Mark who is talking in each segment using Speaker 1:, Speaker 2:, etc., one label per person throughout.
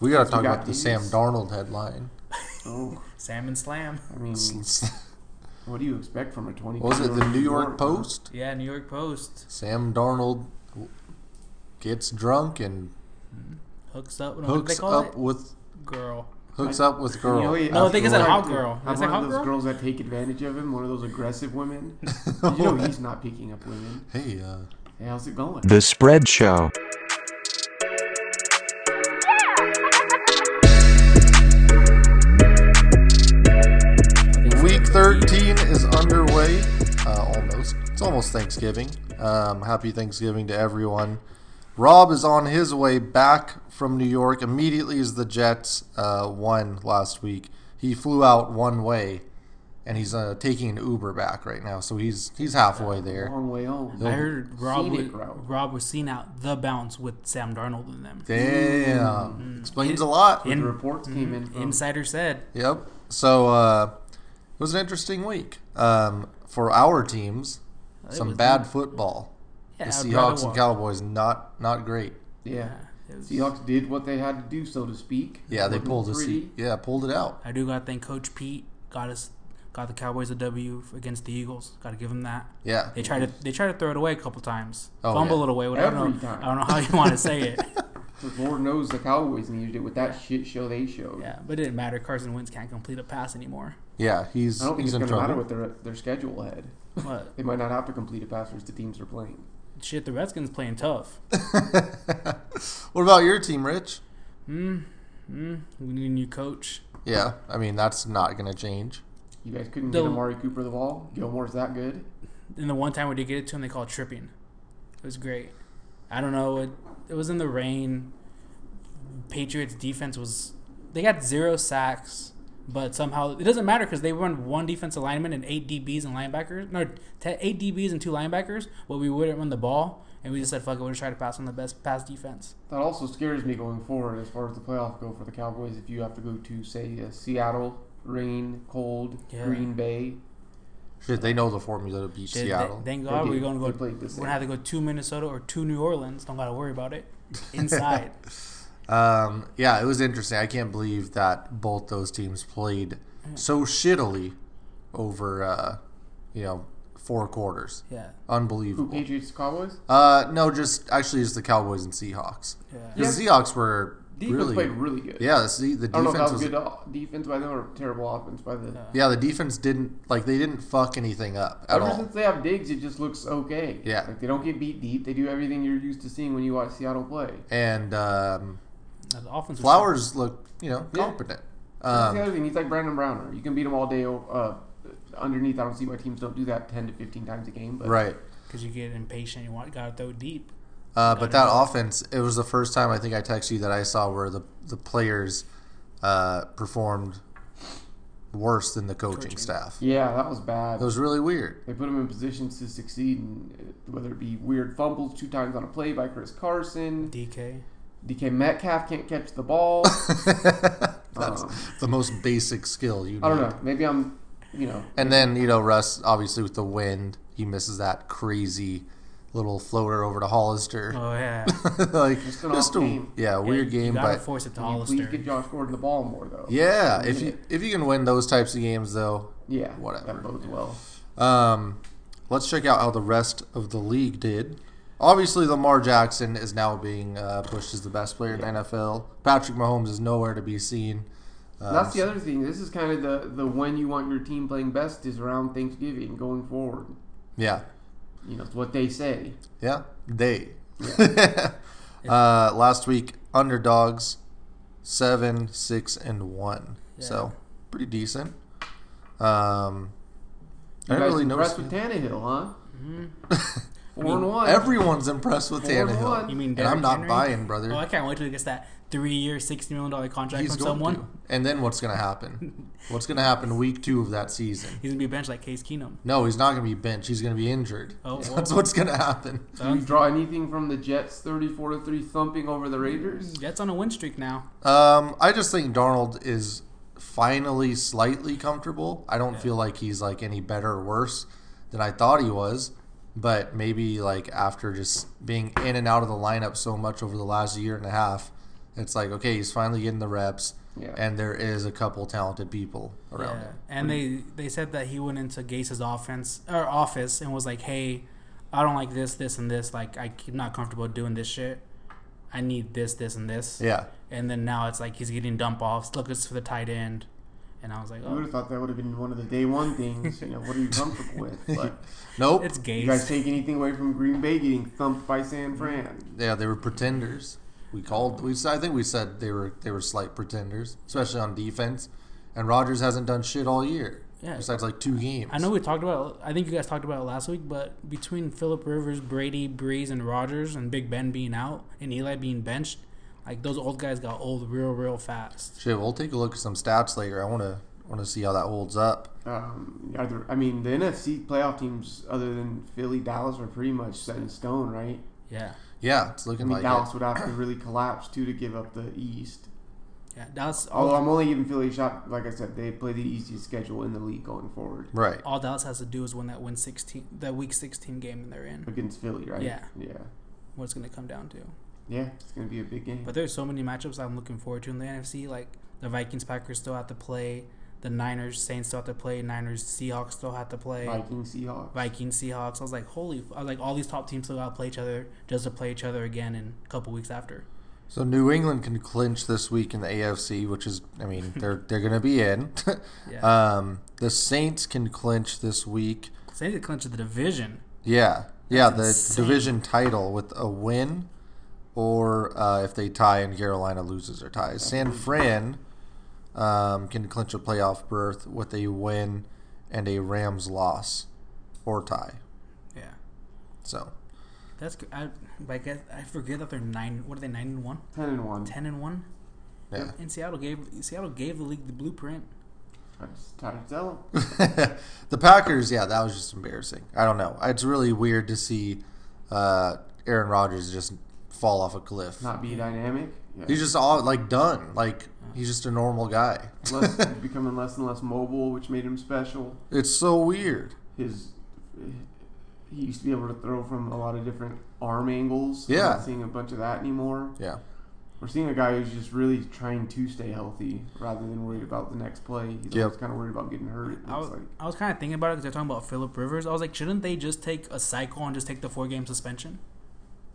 Speaker 1: We gotta
Speaker 2: We
Speaker 1: talk
Speaker 2: got
Speaker 1: about
Speaker 2: these.
Speaker 1: the Sam Darnold headline.
Speaker 2: Oh,
Speaker 3: Sam and Slam.
Speaker 2: I mean, what do you expect from a 20?
Speaker 1: What was it the New York Post?
Speaker 3: Yeah, New York Post
Speaker 1: Sam Darnold gets drunk and
Speaker 3: hooks up. What do they
Speaker 1: hooks
Speaker 3: call
Speaker 1: up
Speaker 3: it?
Speaker 1: with
Speaker 3: girl.
Speaker 1: hooks up with girl.
Speaker 2: You know, he-
Speaker 3: No, I think it's
Speaker 2: I'm
Speaker 3: a
Speaker 2: one-
Speaker 3: hot girl.
Speaker 2: I'm
Speaker 3: Is it
Speaker 2: one
Speaker 3: hot
Speaker 2: of those
Speaker 3: girl?
Speaker 2: girls that take advantage of him. One of those aggressive women. Did you know
Speaker 3: Oh,
Speaker 2: he's not picking up women?
Speaker 1: Hey, uh,
Speaker 2: Hey, how's it going?
Speaker 4: The Spread Show.
Speaker 1: week 13 is underway. Uh, almost. It's almost Thanksgiving. Um, happy Thanksgiving to everyone. Rob is on his way back from New York immediately as the Jets uh, won last week. He flew out one way, and he's uh, taking an Uber back right now. So he's he's halfway there.
Speaker 3: Oh,
Speaker 2: Long way home.
Speaker 3: I heard Rob
Speaker 2: Scenic
Speaker 3: was,
Speaker 2: route.
Speaker 3: Rob was seen out the bounce with Sam Darnold and them.
Speaker 1: Damn. Explains a lot.
Speaker 2: The
Speaker 3: mm-hmm. In- mm-hmm,
Speaker 2: reports came in. From,
Speaker 3: Insider said
Speaker 1: Yep. So uh, it was an interesting week um, for our teams. Some
Speaker 3: was
Speaker 1: bad football.
Speaker 3: yeah,
Speaker 1: The
Speaker 3: I'd rather
Speaker 1: Seahawks and
Speaker 3: watch.
Speaker 1: Cowboys not not great.
Speaker 2: Yeah.
Speaker 3: It was-
Speaker 2: Seahawks did what they had to do, so to speak.
Speaker 1: Yeah, they
Speaker 2: Wasn't
Speaker 1: pulled a
Speaker 2: pretty.
Speaker 1: seat. Yeah, pulled it out.
Speaker 3: I do gotta thank Coach Pete. Got us, got the Cowboys a W against the Eagles. Gotta give him that.
Speaker 1: Yeah.
Speaker 3: They tried to they tried to throw it away a couple times,
Speaker 1: Oh,
Speaker 3: fumble
Speaker 1: yeah.
Speaker 3: it away. Whatever. I don't
Speaker 2: Every
Speaker 3: know.
Speaker 2: time.
Speaker 3: I don't know how you want to say it.
Speaker 2: Because Lord knows the Cowboys needed it with that shit show they showed.
Speaker 3: yeah, but it didn't matter. Carson Wentz can't complete a pass anymore.
Speaker 1: Yeah, he's
Speaker 2: I don't think
Speaker 1: he's
Speaker 2: it's
Speaker 1: in
Speaker 2: going to matter
Speaker 1: trouble.
Speaker 2: what their their schedule ahead.
Speaker 3: But
Speaker 2: They might not have to complete a pass versus the teams they're playing.
Speaker 3: shit, the Redskins playing tough.
Speaker 1: What about your team, Rich?
Speaker 3: Hmm. Hmm. We need a new coach.
Speaker 1: Yeah, I mean that's not going to change.
Speaker 2: You guys couldn't
Speaker 3: The-
Speaker 2: get Amari Cooper the ball. Gilmore's that good.
Speaker 3: And the one time we did get it to him, they called tripping. It was great. I don't know. It, it was in the rain. Patriots defense was. They got zero sacks, but somehow it doesn't matter because they run one defensive lineman and eight DBs and linebackers. No, te- eight DBs and two linebackers, but we wouldn't run the ball. And we just said, fuck it, we'll just try to pass on the best pass defense.
Speaker 2: That also scares me going forward as far as the playoff go for the Cowboys. If you have to go to say uh, Seattle, rain, cold,
Speaker 3: Yeah.
Speaker 2: Green Bay,
Speaker 1: Shit, they know the formula to beat
Speaker 3: Shit,
Speaker 1: Seattle.
Speaker 3: th- thank God
Speaker 2: They
Speaker 3: we're
Speaker 2: did.
Speaker 3: going to
Speaker 2: They
Speaker 3: go. We're
Speaker 2: played the
Speaker 3: going to have to go to Minnesota or to New Orleans. Don't got to worry about it. Inside.
Speaker 1: Um, yeah, it was interesting. I can't believe that both those teams played so shittily over, uh, you know, four quarters.
Speaker 3: yeah.
Speaker 2: who
Speaker 1: Unbelievable.
Speaker 2: Patriots, Cowboys.
Speaker 1: Uh, no, just actually, just the Cowboys and Seahawks.
Speaker 3: Yeah.
Speaker 1: 'Cause The Seahawks were
Speaker 2: Defense
Speaker 1: really,
Speaker 2: played really good.
Speaker 1: yeah. The, Se- the
Speaker 2: I don't know if that
Speaker 1: defense
Speaker 2: was
Speaker 1: was,
Speaker 2: good uh, defense by them or terrible offense by the.
Speaker 1: yeah. The defense didn't like they didn't fuck anything up at
Speaker 2: Ever
Speaker 1: all.
Speaker 2: since they have digs, it just looks okay.
Speaker 1: Yeah.
Speaker 2: like they don't get beat deep. They do everything you're used to seeing when you watch Seattle play.
Speaker 1: And um,
Speaker 3: The offense was-
Speaker 1: Flowers looked, you know,
Speaker 2: Yeah.
Speaker 1: competent.
Speaker 2: That's the
Speaker 1: Um,
Speaker 2: other thing. He's like Brandon Browner. You can beat him all day. Uh, underneath, I don't see why teams don't do that ten to fifteen times a game. But
Speaker 1: right.
Speaker 3: because you get impatient. You want gotta throw deep.
Speaker 1: Uh, but that offense, it was the first time I think I texted you that I saw where the the players uh, performed worse than the coaching, staff.
Speaker 2: yeah, that was bad.
Speaker 1: It was really weird.
Speaker 2: They put him in positions to succeed, and uh, whether it be weird fumbles two times on a play by Chris Carson,
Speaker 3: DK.
Speaker 2: DK Metcalf can't catch the ball.
Speaker 1: That's
Speaker 2: Um,
Speaker 1: the most basic skill you need.
Speaker 2: I don't know. Maybe I'm, you know,
Speaker 1: And then you know Russ, obviously with the wind, he misses that crazy little floater over to Hollister.
Speaker 3: Oh yeah.
Speaker 1: like
Speaker 2: Just an off game.
Speaker 1: yeah weird
Speaker 3: You
Speaker 1: game,
Speaker 3: gotta
Speaker 1: but
Speaker 3: force it to
Speaker 2: can you please
Speaker 3: Hollister.
Speaker 2: get Josh Gordon the ball more though.
Speaker 1: yeah, if
Speaker 2: Yeah.
Speaker 1: you if you can win those types of games though,
Speaker 2: yeah,
Speaker 1: Whatever.
Speaker 2: That bodes well.
Speaker 1: Um, let's check out how the rest of the league did. Obviously, Lamar Jackson is now being uh, pushed as the best player in the NFL. Patrick Mahomes is nowhere to be seen. Um,
Speaker 2: That's the other thing. This is kind of the the when you want your team playing best is around Thanksgiving going forward.
Speaker 1: Yeah,
Speaker 2: You know, it's what they say.
Speaker 1: yeah, they. uh, last week, underdogs seven, six, and one. So pretty decent. Um,
Speaker 2: You guys
Speaker 1: I didn't really notice.
Speaker 2: impressed with Tannehill, huh?
Speaker 3: Mm-hmm.
Speaker 2: Four and one.
Speaker 1: Everyone's impressed with
Speaker 2: Four and one.
Speaker 1: Tannehill.
Speaker 3: You mean
Speaker 1: and I'm
Speaker 3: Derrick
Speaker 1: not
Speaker 3: Henry?
Speaker 1: buying, brother.
Speaker 3: Oh, I can't wait till he gets that three-year, sixty million dollar contract
Speaker 1: He's
Speaker 3: from
Speaker 1: going
Speaker 3: someone.
Speaker 1: to. And then what's going to happen? What's going to happen week two of that season?
Speaker 3: He's gonna be benched like Case Keenum.
Speaker 1: No, he's not going to be benched. He's going to be injured.
Speaker 3: Oh, well.
Speaker 1: That's what's going to happen.
Speaker 2: Do you draw anything from the Jets 34 to 3 thumping over the Raiders?
Speaker 3: Jets on a win streak now.
Speaker 1: Um, I just think Darnold is finally slightly comfortable. I don't feel like he's like any better or worse than I thought he was. But maybe like after just being in and out of the lineup so much over the last year and a half, It's like okay, he's finally getting the reps,
Speaker 2: Yeah.
Speaker 1: and there is a couple talented people around him.
Speaker 3: And they they said that he went into Gase's offense or office and was like, "Hey, I don't like this, this, and this. Like, I'm not comfortable doing this shit. I need this, this, and this."
Speaker 1: Yeah,
Speaker 3: And then now it's like he's getting dump offs. Look, it's for the tight end. And I was like,
Speaker 2: I would
Speaker 3: "Oh,
Speaker 2: have thought that would have been one of the day one things. You know, what are you comfortable with? But
Speaker 1: nope.
Speaker 3: it's
Speaker 2: you guys
Speaker 3: Gase."
Speaker 2: take anything away from Green Bay getting thumped by San Fran?
Speaker 1: yeah, they were pretenders. We called. We I think we said they were they were slight pretenders, especially on defense. And Rodgers hasn't done shit all year.
Speaker 3: Yeah.
Speaker 1: Besides like two games.
Speaker 3: I know we talked about. I think you guys talked about it last week, but between Philip Rivers, Brady, Breeze, and Rogers, and Big Ben being out, and Eli being benched, like those old guys got old real, real fast.
Speaker 1: Shit, we'll take a look at some stats later. I want to want to see how that holds up.
Speaker 2: Um, are there- I mean, the NFC playoff teams, other than Philly, Dallas, are pretty much set in stone, right?
Speaker 3: Yeah,
Speaker 1: Yeah, it's
Speaker 2: I
Speaker 1: looking
Speaker 2: mean,
Speaker 1: like
Speaker 2: Dallas would have to really collapse too to give up the East.
Speaker 3: yeah. Dallas.
Speaker 2: Although
Speaker 3: All,
Speaker 2: I'm only giving Philly a shot. Like I said, they play the easiest schedule in the league going forward
Speaker 1: it. Right.
Speaker 3: all Dallas has to do is win that win sixteen, that week sixteen game, and they're in.
Speaker 2: against Philly, right?
Speaker 3: Yeah.
Speaker 2: yeah,
Speaker 3: What it's going to come down to.
Speaker 2: yeah. It's gonna be a big game.
Speaker 3: But there's so many matchups I'm looking forward to in the NFC. Like the Vikings, Packers still have to play. The Niners, Saints still have to play. Niners, Seahawks still have to play.
Speaker 2: Vikings, Seahawks.
Speaker 3: Vikings, Seahawks. I was like, holy! f- I was like, all these top teams still got to play each other just to play each other again in a couple weeks after.
Speaker 1: So New England can clinch this week in the AFC, which is, I mean, they're they're going to be in.
Speaker 3: Yeah,
Speaker 1: um, the Saints can clinch this week.
Speaker 3: Saints did clinch the division.
Speaker 1: Yeah, yeah,
Speaker 3: That's
Speaker 1: the
Speaker 3: insane.
Speaker 1: division title with a win, or uh, if they tie and Carolina loses or ties, San Fran um, can clinch a playoff berth with a win and a Rams loss or tie.
Speaker 3: Yeah,
Speaker 1: So
Speaker 3: that's good. I, but I guess I forget that they're nine. What are they? Nine and one?
Speaker 2: Ten and one.
Speaker 3: Ten and one?
Speaker 1: yeah,
Speaker 3: And Seattle gave Seattle gave the league the blueprint.
Speaker 2: I'm just tired to tell 'em.
Speaker 1: the Packers, yeah, that was just embarrassing. I don't know. It's really weird to see uh, Aaron Rodgers just fall off a cliff.
Speaker 2: Not be dynamic. Yeah.
Speaker 1: He's just all like done. Like he's just a normal guy.
Speaker 2: less, becoming less and less mobile, which made him special.
Speaker 1: It's so weird.
Speaker 2: His he used to be able to throw from a lot of different arm angles. We're
Speaker 1: Yeah.
Speaker 2: not seeing a bunch of that anymore.
Speaker 1: Yeah.
Speaker 2: We're seeing a guy who's just really trying to stay healthy rather than worried about the next play. He's
Speaker 1: Yep.
Speaker 2: always kind of worried about getting hurt. It's
Speaker 3: I was,
Speaker 2: like
Speaker 3: I was kind of thinking about it because they're talking about Philip Rivers. I was like, shouldn't they just take a cycle and just take the four game suspension?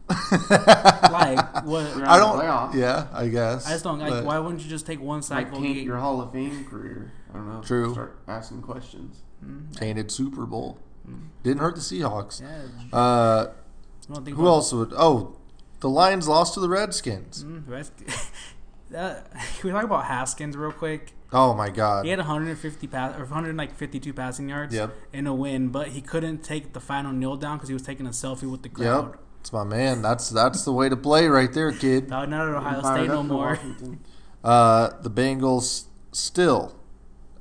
Speaker 3: Like,
Speaker 2: you're
Speaker 3: what?
Speaker 2: out
Speaker 1: I
Speaker 2: of
Speaker 1: don't.
Speaker 2: the playoffs.
Speaker 1: Yeah, I guess.
Speaker 3: I just don't. Like,
Speaker 1: But-
Speaker 3: why wouldn't you just take one
Speaker 2: Like
Speaker 3: cycle?
Speaker 2: taint
Speaker 3: get-
Speaker 2: your Hall of Fame career. I don't know.
Speaker 1: True.
Speaker 2: Start asking questions.
Speaker 3: Mm,
Speaker 1: Tainted Super Bowl
Speaker 3: mm,
Speaker 1: didn't hurt the Seahawks.
Speaker 3: yeah. you
Speaker 1: Uh,
Speaker 3: don't think
Speaker 1: who
Speaker 3: about-
Speaker 1: else would? Oh, the Lions lost to the Redskins.
Speaker 3: Mm, rest, that, can we talk about Haskins real quick?
Speaker 1: Oh my God.
Speaker 3: He had 150 pass or 152 passing yards
Speaker 1: Yep.
Speaker 3: in a win, but he couldn't take the final kneel down because he was taking a selfie with the crowd.
Speaker 1: Yep. It's my man. That's that's the way to play right there, kid.
Speaker 3: Uh, Not at Ohio
Speaker 2: Getting fired
Speaker 3: State
Speaker 2: up
Speaker 3: no
Speaker 2: for
Speaker 3: more.
Speaker 2: Washington.
Speaker 1: Uh, the Bengals still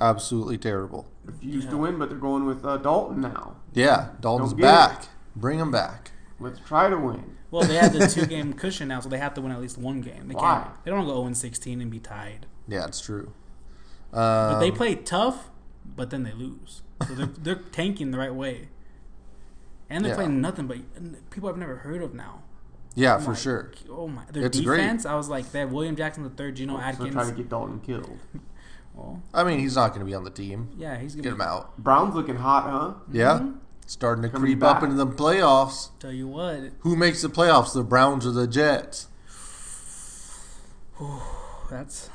Speaker 1: absolutely terrible.
Speaker 2: Refused to
Speaker 3: Yeah.
Speaker 2: win, but they're going with uh, Dalton now.
Speaker 1: Yeah, Dalton's
Speaker 2: Don't get it.
Speaker 1: back. Bring him back.
Speaker 2: Let's try to win.
Speaker 3: Well, they had the two game cushion now, so they have to win at least one game. They
Speaker 2: Why?
Speaker 3: can't. They don't go 0 16 and be tied.
Speaker 1: Yeah, it's true. Um,
Speaker 3: But they play tough, but then they lose. So they're, they're tanking the right way. And they're
Speaker 1: Yeah.
Speaker 3: playing nothing but people I've never heard of now.
Speaker 1: yeah,
Speaker 3: I'm
Speaker 1: Uh, for
Speaker 3: like,
Speaker 1: sure.
Speaker 3: Oh my! Their
Speaker 1: It's great. Oh,
Speaker 3: defense. I was like, they have William Jackson the third, Geno
Speaker 2: So
Speaker 3: Atkins.
Speaker 2: try to get Dalton killed.
Speaker 3: well,
Speaker 1: I mean, he's not going to be on the team.
Speaker 3: yeah, he's gonna
Speaker 1: Get him
Speaker 3: be,
Speaker 1: out.
Speaker 2: Brown's looking hot, huh?
Speaker 1: Yeah, starting to
Speaker 2: Mm-hmm. Coming
Speaker 1: creep up
Speaker 2: back.
Speaker 1: into the playoffs.
Speaker 3: Tell you what,
Speaker 1: Who makes the playoffs? The Browns or the Jets?
Speaker 3: that's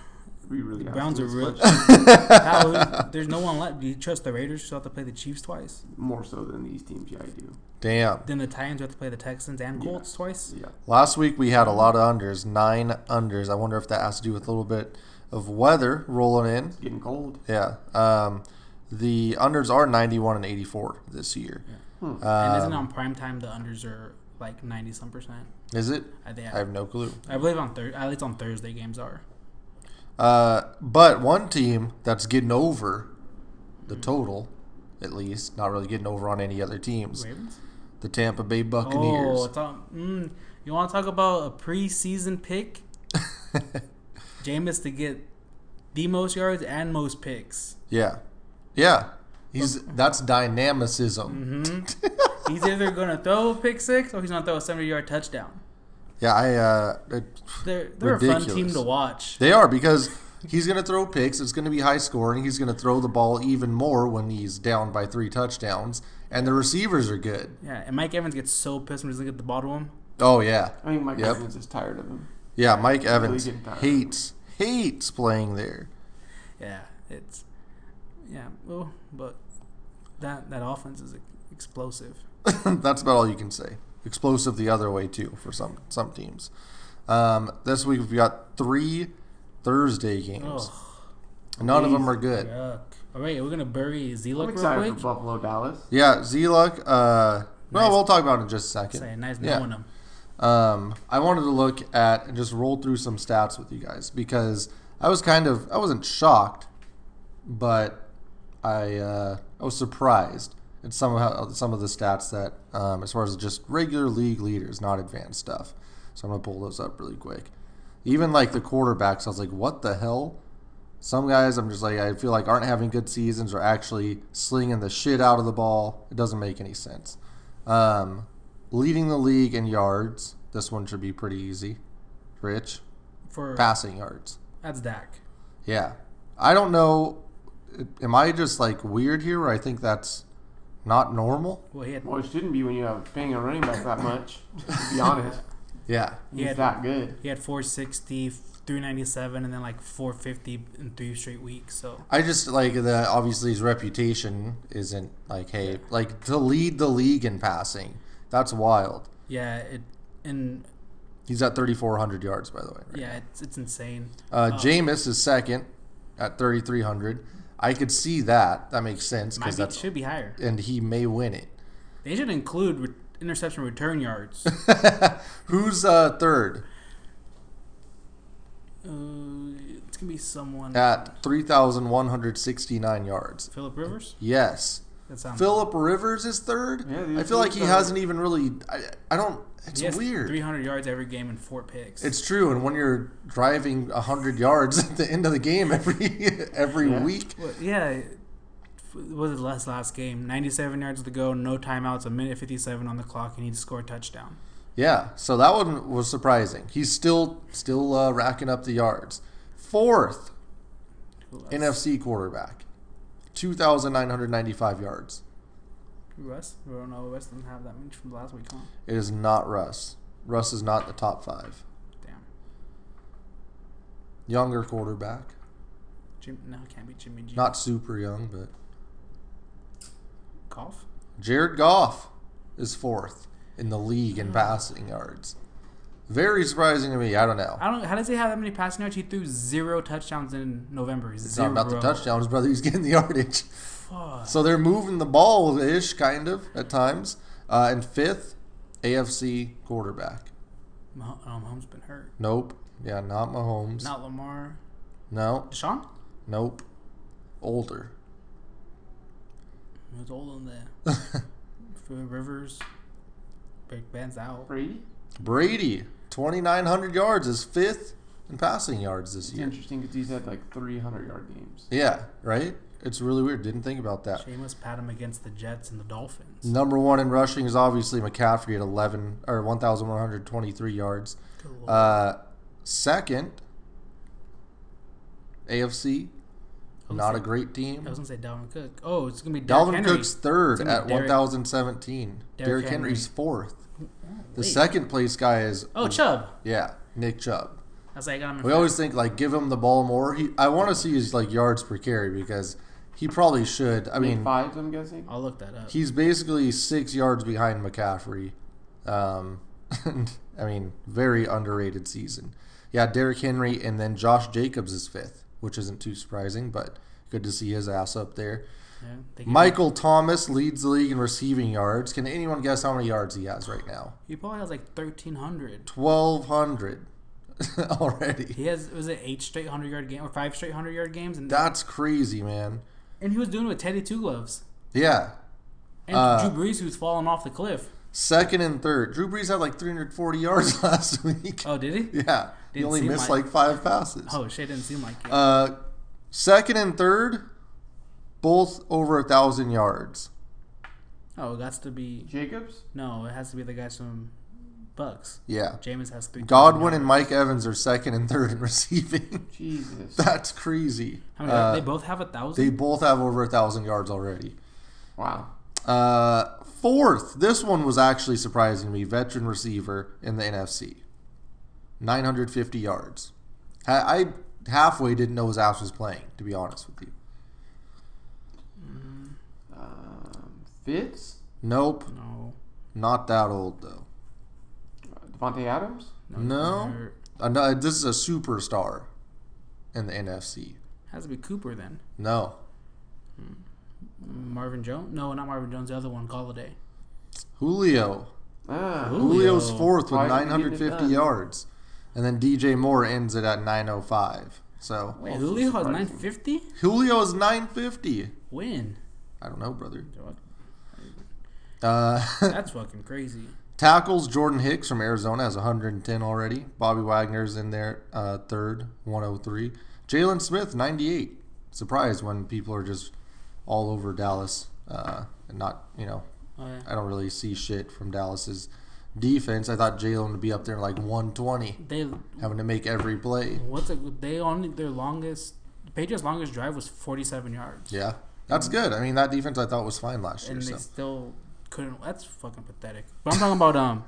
Speaker 2: We really
Speaker 3: the
Speaker 2: have
Speaker 3: Browns
Speaker 2: to
Speaker 3: are real.
Speaker 2: switch
Speaker 3: How- there's no one left. Do you trust the Raiders? who Still have to play the Chiefs twice.
Speaker 2: more so than these teams. Yeah, I do.
Speaker 1: Damn.
Speaker 3: Then the Titans who have to play the Texans and
Speaker 2: Yeah.
Speaker 3: Colts twice.
Speaker 2: Yeah,
Speaker 1: Last week we had a lot of unders, nine unders. I wonder if that has to do with a little bit of weather rolling in.
Speaker 2: it's getting cold.
Speaker 1: Yeah. Um, the unders are 91 and 84 this year.
Speaker 2: Hmm.
Speaker 3: and
Speaker 1: Um,
Speaker 3: isn't on prime time the unders are like ninety some percent.
Speaker 1: is it?
Speaker 3: I think.
Speaker 1: I have no clue.
Speaker 3: I believe on Thursday. At least on Thursday games are.
Speaker 1: Uh, but one team that's getting over
Speaker 3: Mm-hmm.
Speaker 1: the total, at least, not really getting over on any other teams,
Speaker 3: Ravens.
Speaker 1: the Tampa Bay Buccaneers.
Speaker 3: Oh, it's on, mm, you want to talk about a preseason pick? Jameis to get the most yards and most picks.
Speaker 1: yeah. Yeah. He's that's dynamicism.
Speaker 3: Mm-hmm.
Speaker 1: Mm-hmm.
Speaker 3: He's either going to throw a pick six or he's going to throw a 70 yard touchdown.
Speaker 1: Yeah, I. Uh, it-
Speaker 3: They're they're a fun team
Speaker 1: Ridiculous.
Speaker 3: to watch.
Speaker 1: they are because he's going to throw picks. It's going to be high scoring. He's going to throw the ball even more when he's down by three touchdowns, and the receivers are good.
Speaker 3: Yeah, and Mike Evans gets so pissed when he's looking at the bottom of him.
Speaker 1: Oh yeah,
Speaker 2: I think Mike
Speaker 1: Yep.
Speaker 2: Evans is tired of him.
Speaker 1: yeah. Mike Evans
Speaker 2: getting tired.
Speaker 1: hates hates playing there.
Speaker 3: Yeah, it's yeah. Well, but that that offense is explosive.
Speaker 1: That's about all you can say. Explosive the other way too for some some teams. Um, this week we've got three Thursday games.
Speaker 3: Oh,
Speaker 1: None of them
Speaker 2: geez.
Speaker 1: are good.
Speaker 3: yuck! All right, we're gonna bury
Speaker 2: I'm
Speaker 3: Zelik
Speaker 2: excited
Speaker 3: real
Speaker 2: for
Speaker 3: quick.
Speaker 2: Buffalo Dallas.
Speaker 1: Yeah, Zeluck. Uh,
Speaker 3: Nice.
Speaker 1: Well, we'll talk about it in just a second.
Speaker 3: Say, nice
Speaker 1: Yeah.
Speaker 3: knowing him.
Speaker 1: Um, I wanted to look at and just roll through some stats with you guys because I was kind of I wasn't shocked, but I uh, I was surprised at some of how, some of the stats that um, as far as just regular league leaders, not advanced stuff. So I'm gonna pull those up really quick. Even like the quarterbacks, I was like, what the hell? Some guys I'm just like I feel like aren't having good seasons or actually slinging the shit out of the ball. It doesn't make any sense. Um, leading the league in yards. This one should be pretty easy. Rich
Speaker 3: For
Speaker 1: passing yards.
Speaker 3: that's Dak.
Speaker 1: Yeah, I don't know. Am I just like weird here, or I think that's not normal?
Speaker 3: Well, he had
Speaker 2: Well, it shouldn't be when you have paying a running back that much. to be honest,
Speaker 1: Yeah,
Speaker 2: he's
Speaker 3: Yeah.
Speaker 2: that good.
Speaker 3: he had 460, 397, and then like 450 in three straight weeks. So
Speaker 1: I just like the obviously his reputation isn't like hey like to lead the league in passing. That's wild.
Speaker 3: yeah, it and
Speaker 1: He's at 3,400 yards, by the way. right?
Speaker 3: yeah, Oh. it's it's insane.
Speaker 1: Uh, Jameis is second at 3,300. I could see that. That makes sense
Speaker 3: My
Speaker 1: because
Speaker 3: beat
Speaker 1: that's
Speaker 3: should be higher.
Speaker 1: and he may win it.
Speaker 3: They should include re- interception return yards.
Speaker 1: Who's uh, third
Speaker 3: Uh, it's gonna be someone.
Speaker 1: at 3,169 yards?
Speaker 3: Philip Rivers.
Speaker 1: Yes.
Speaker 3: That sounds.
Speaker 1: Philip Rivers is third?
Speaker 2: Yeah, he's
Speaker 1: I feel like he
Speaker 2: third.
Speaker 1: hasn't even really. I, I don't. It's
Speaker 3: He has
Speaker 1: weird.
Speaker 3: 300 yards every game and four picks.
Speaker 1: It's true. And when you're driving 100 yards at the end of the game every every
Speaker 2: Yeah.
Speaker 1: week,
Speaker 3: Well, yeah. it- What was it last last game? 97 yards to go, no timeouts, a minute 57 on the clock, and he scored a touchdown.
Speaker 1: yeah. So that one was surprising. He's still still uh, racking up the yards. Fourth
Speaker 3: Who else?
Speaker 1: NFC quarterback, 2,995 yards.
Speaker 3: Russ? We don't know. Russ doesn't have that much from last week, huh?
Speaker 1: It is not Russ. Russ is not the top five.
Speaker 3: Damn.
Speaker 1: Younger quarterback.
Speaker 3: Jim, no, it can't be Jimmy G.
Speaker 1: Not super young, but
Speaker 3: Golf?
Speaker 1: Jared Goff is fourth in the league in passing yards. Very surprising to me. I don't know.
Speaker 3: I don't. How does he have that many passing yards? He threw zero touchdowns in November.
Speaker 1: It's
Speaker 3: zero.
Speaker 1: not about the touchdowns, brother. He's getting the yardage.
Speaker 3: Fuck.
Speaker 1: So they're moving the ball ish, kind of, at times. Uh, and fifth, AFC quarterback.
Speaker 3: Mah- oh, Mahomes been hurt.
Speaker 1: Nope. Yeah, not Mahomes.
Speaker 3: Not Lamar.
Speaker 1: No.
Speaker 3: Deshaun?
Speaker 1: Nope. Older.
Speaker 3: Who's old in the Phillip Rivers? Big Ben's out.
Speaker 2: Brady.
Speaker 1: Brady, 2,900 yards, is fifth in passing yards this
Speaker 2: It's
Speaker 1: year.
Speaker 2: interesting because he's had like 300 yard games.
Speaker 1: Yeah, right? It's really weird. Didn't think about that.
Speaker 3: Seamus pat him against the Jets and the Dolphins.
Speaker 1: Number one in rushing is obviously McCaffrey at 11 or 1,123 yards.
Speaker 3: Good lord.
Speaker 1: Uh, second, AFC,
Speaker 3: I was
Speaker 1: not a
Speaker 3: gonna say-
Speaker 1: great team.
Speaker 3: I was gonna say Dalvin Cook. Oh, it's gonna be Derrick
Speaker 1: Dalvin
Speaker 3: Henry.
Speaker 1: Cook's third
Speaker 3: It's gonna be
Speaker 1: at
Speaker 3: Derrick-
Speaker 1: 1,017.
Speaker 3: Derrick
Speaker 1: Derrick
Speaker 3: Henry. oh,
Speaker 1: Henry's fourth. The
Speaker 3: Wait.
Speaker 1: second place guy is,
Speaker 3: Oh, Chubb.
Speaker 1: yeah, Nick Chubb.
Speaker 3: I was like, I got him. in
Speaker 1: We
Speaker 3: front.
Speaker 1: always think like give him the ball more. He, I want to see his like yards per carry because he probably should. I
Speaker 2: I mean,
Speaker 1: mean,
Speaker 2: fives. I'm guessing.
Speaker 3: I'll look that up.
Speaker 1: he's basically six yards behind McCaffrey. Um, I mean, very underrated season. Yeah, Derrick Henry and then Josh Jacobs is fifth, which isn't too surprising, but good to see his ass up there.
Speaker 3: Yeah, they gave him-
Speaker 1: Michael Thomas leads the league in receiving yards. Can anyone guess how many yards he has right now?
Speaker 3: He probably has like thirteen hundred.
Speaker 1: Twelve hundred already.
Speaker 3: He has was it eight straight hundred yard game or five straight hundred yard games and
Speaker 1: That's crazy, man.
Speaker 3: and he was doing it with Teddy Two Gloves
Speaker 1: Yeah,
Speaker 3: and
Speaker 1: Uh,
Speaker 3: Drew Brees who's fallen off the cliff.
Speaker 1: Second and third. Drew Brees had like 340 yards last week.
Speaker 3: Oh, did he?
Speaker 1: yeah. He
Speaker 3: Didn't
Speaker 1: only
Speaker 3: seem
Speaker 1: missed
Speaker 3: like-
Speaker 1: like five passes.
Speaker 3: Oh shit, didn't seem like it.
Speaker 1: Uh, second and third, both over a thousand yards.
Speaker 3: oh, that's to be
Speaker 2: Jacobs.
Speaker 3: no. It has to be the guys from Bucks.
Speaker 1: Yeah.
Speaker 3: Jameis has three.
Speaker 1: Godwin and Mike Evans are second and third in receiving.
Speaker 2: Jesus.
Speaker 1: That's crazy.
Speaker 3: How many?
Speaker 1: Uh,
Speaker 3: they both have a thousand.
Speaker 1: they both have over a thousand yards already.
Speaker 2: Wow.
Speaker 1: Uh, fourth, this one was actually surprising to me. Veteran receiver in the NFC, 950 yards. I, I halfway didn't know his ass was playing. To be honest with you,
Speaker 3: Mm,
Speaker 2: Um, Fitz?
Speaker 1: nope,
Speaker 3: no,
Speaker 1: not that old though.
Speaker 2: Devontae Adams?
Speaker 3: no,
Speaker 1: No.
Speaker 3: he's hurt.
Speaker 1: Uh, no, this is a superstar in the NFC.
Speaker 3: has to be Cooper then.
Speaker 1: No,
Speaker 3: Marvin Jones? No, not Marvin Jones. The other one, Galladay.
Speaker 1: Julio.
Speaker 2: Ah.
Speaker 3: Who? Julio.
Speaker 1: Julio's fourth with
Speaker 2: Why didn't he get it
Speaker 1: 950
Speaker 2: done?
Speaker 1: yards, and then DJ Moore ends it at 905. So
Speaker 3: Wait,
Speaker 2: Also
Speaker 3: Julio has
Speaker 2: surprising.
Speaker 3: nine fifty.
Speaker 1: Julio is 950.
Speaker 3: Win.
Speaker 1: I don't know, brother.
Speaker 3: Dog,
Speaker 1: Uh,
Speaker 3: That's fucking crazy.
Speaker 1: Tackles Jordan Hicks from Arizona has 110 already. Bobby Wagner's in there uh, third, 103. Jalen Smith 98. Surprised when people are just all over Dallas uh, and not you know
Speaker 3: Oh, yeah.
Speaker 1: I don't really see shit from Dallas's defense. I thought Jalen would be up there like 120,
Speaker 3: They
Speaker 1: having to make every play.
Speaker 3: what's it? They only their longest. The Patriots' longest drive was forty-seven yards,
Speaker 1: Yeah, that's good. I mean that defense I thought was fine last year.
Speaker 3: and they
Speaker 1: So
Speaker 3: still couldn't. That's fucking pathetic. But I'm talking about um,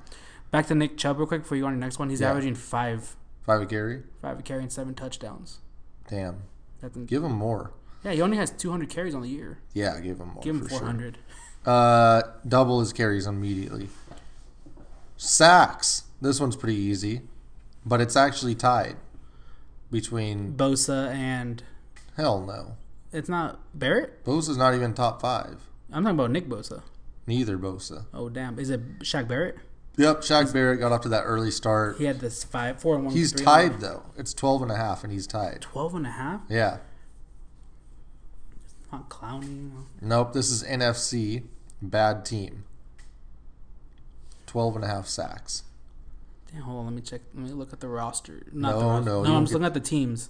Speaker 3: back to Nick Chubb real quick before you go on to your next one. He's
Speaker 1: Yeah.
Speaker 3: averaging five,
Speaker 1: five a carry.
Speaker 3: five carrying seven touchdowns.
Speaker 1: Damn,
Speaker 3: That's in,
Speaker 1: give him more.
Speaker 3: yeah, he only has two hundred carries on the year.
Speaker 1: Yeah, give him more.
Speaker 3: Give him
Speaker 1: for sure.
Speaker 3: four hundred.
Speaker 1: Uh, double his carries immediately. Sacks. This one's pretty easy, but it's actually tied between.
Speaker 3: Bosa and
Speaker 1: Hell no.
Speaker 3: it's not Barrett.
Speaker 1: Bosa's not even top five.
Speaker 3: I'm talking about Nick Bosa.
Speaker 1: Neither Bosa.
Speaker 3: Oh damn, is it Shaq Barrett?
Speaker 1: Yep, Shaq Barrett got off to that early start.
Speaker 3: He had this five, four and one.
Speaker 1: He's
Speaker 3: three and one.
Speaker 1: tied though. It's 12 and a half, and he's tied.
Speaker 3: 12 and a half?
Speaker 1: Yeah.
Speaker 3: Not clowning.
Speaker 1: Nope. This is NFC. Bad team. 12 and a half sacks.
Speaker 3: Damn, hold on. Let me check. Let me look at the roster. Not the
Speaker 1: No,
Speaker 3: roster.
Speaker 1: no,
Speaker 3: No,
Speaker 1: you get-
Speaker 3: I'm just looking at the teams.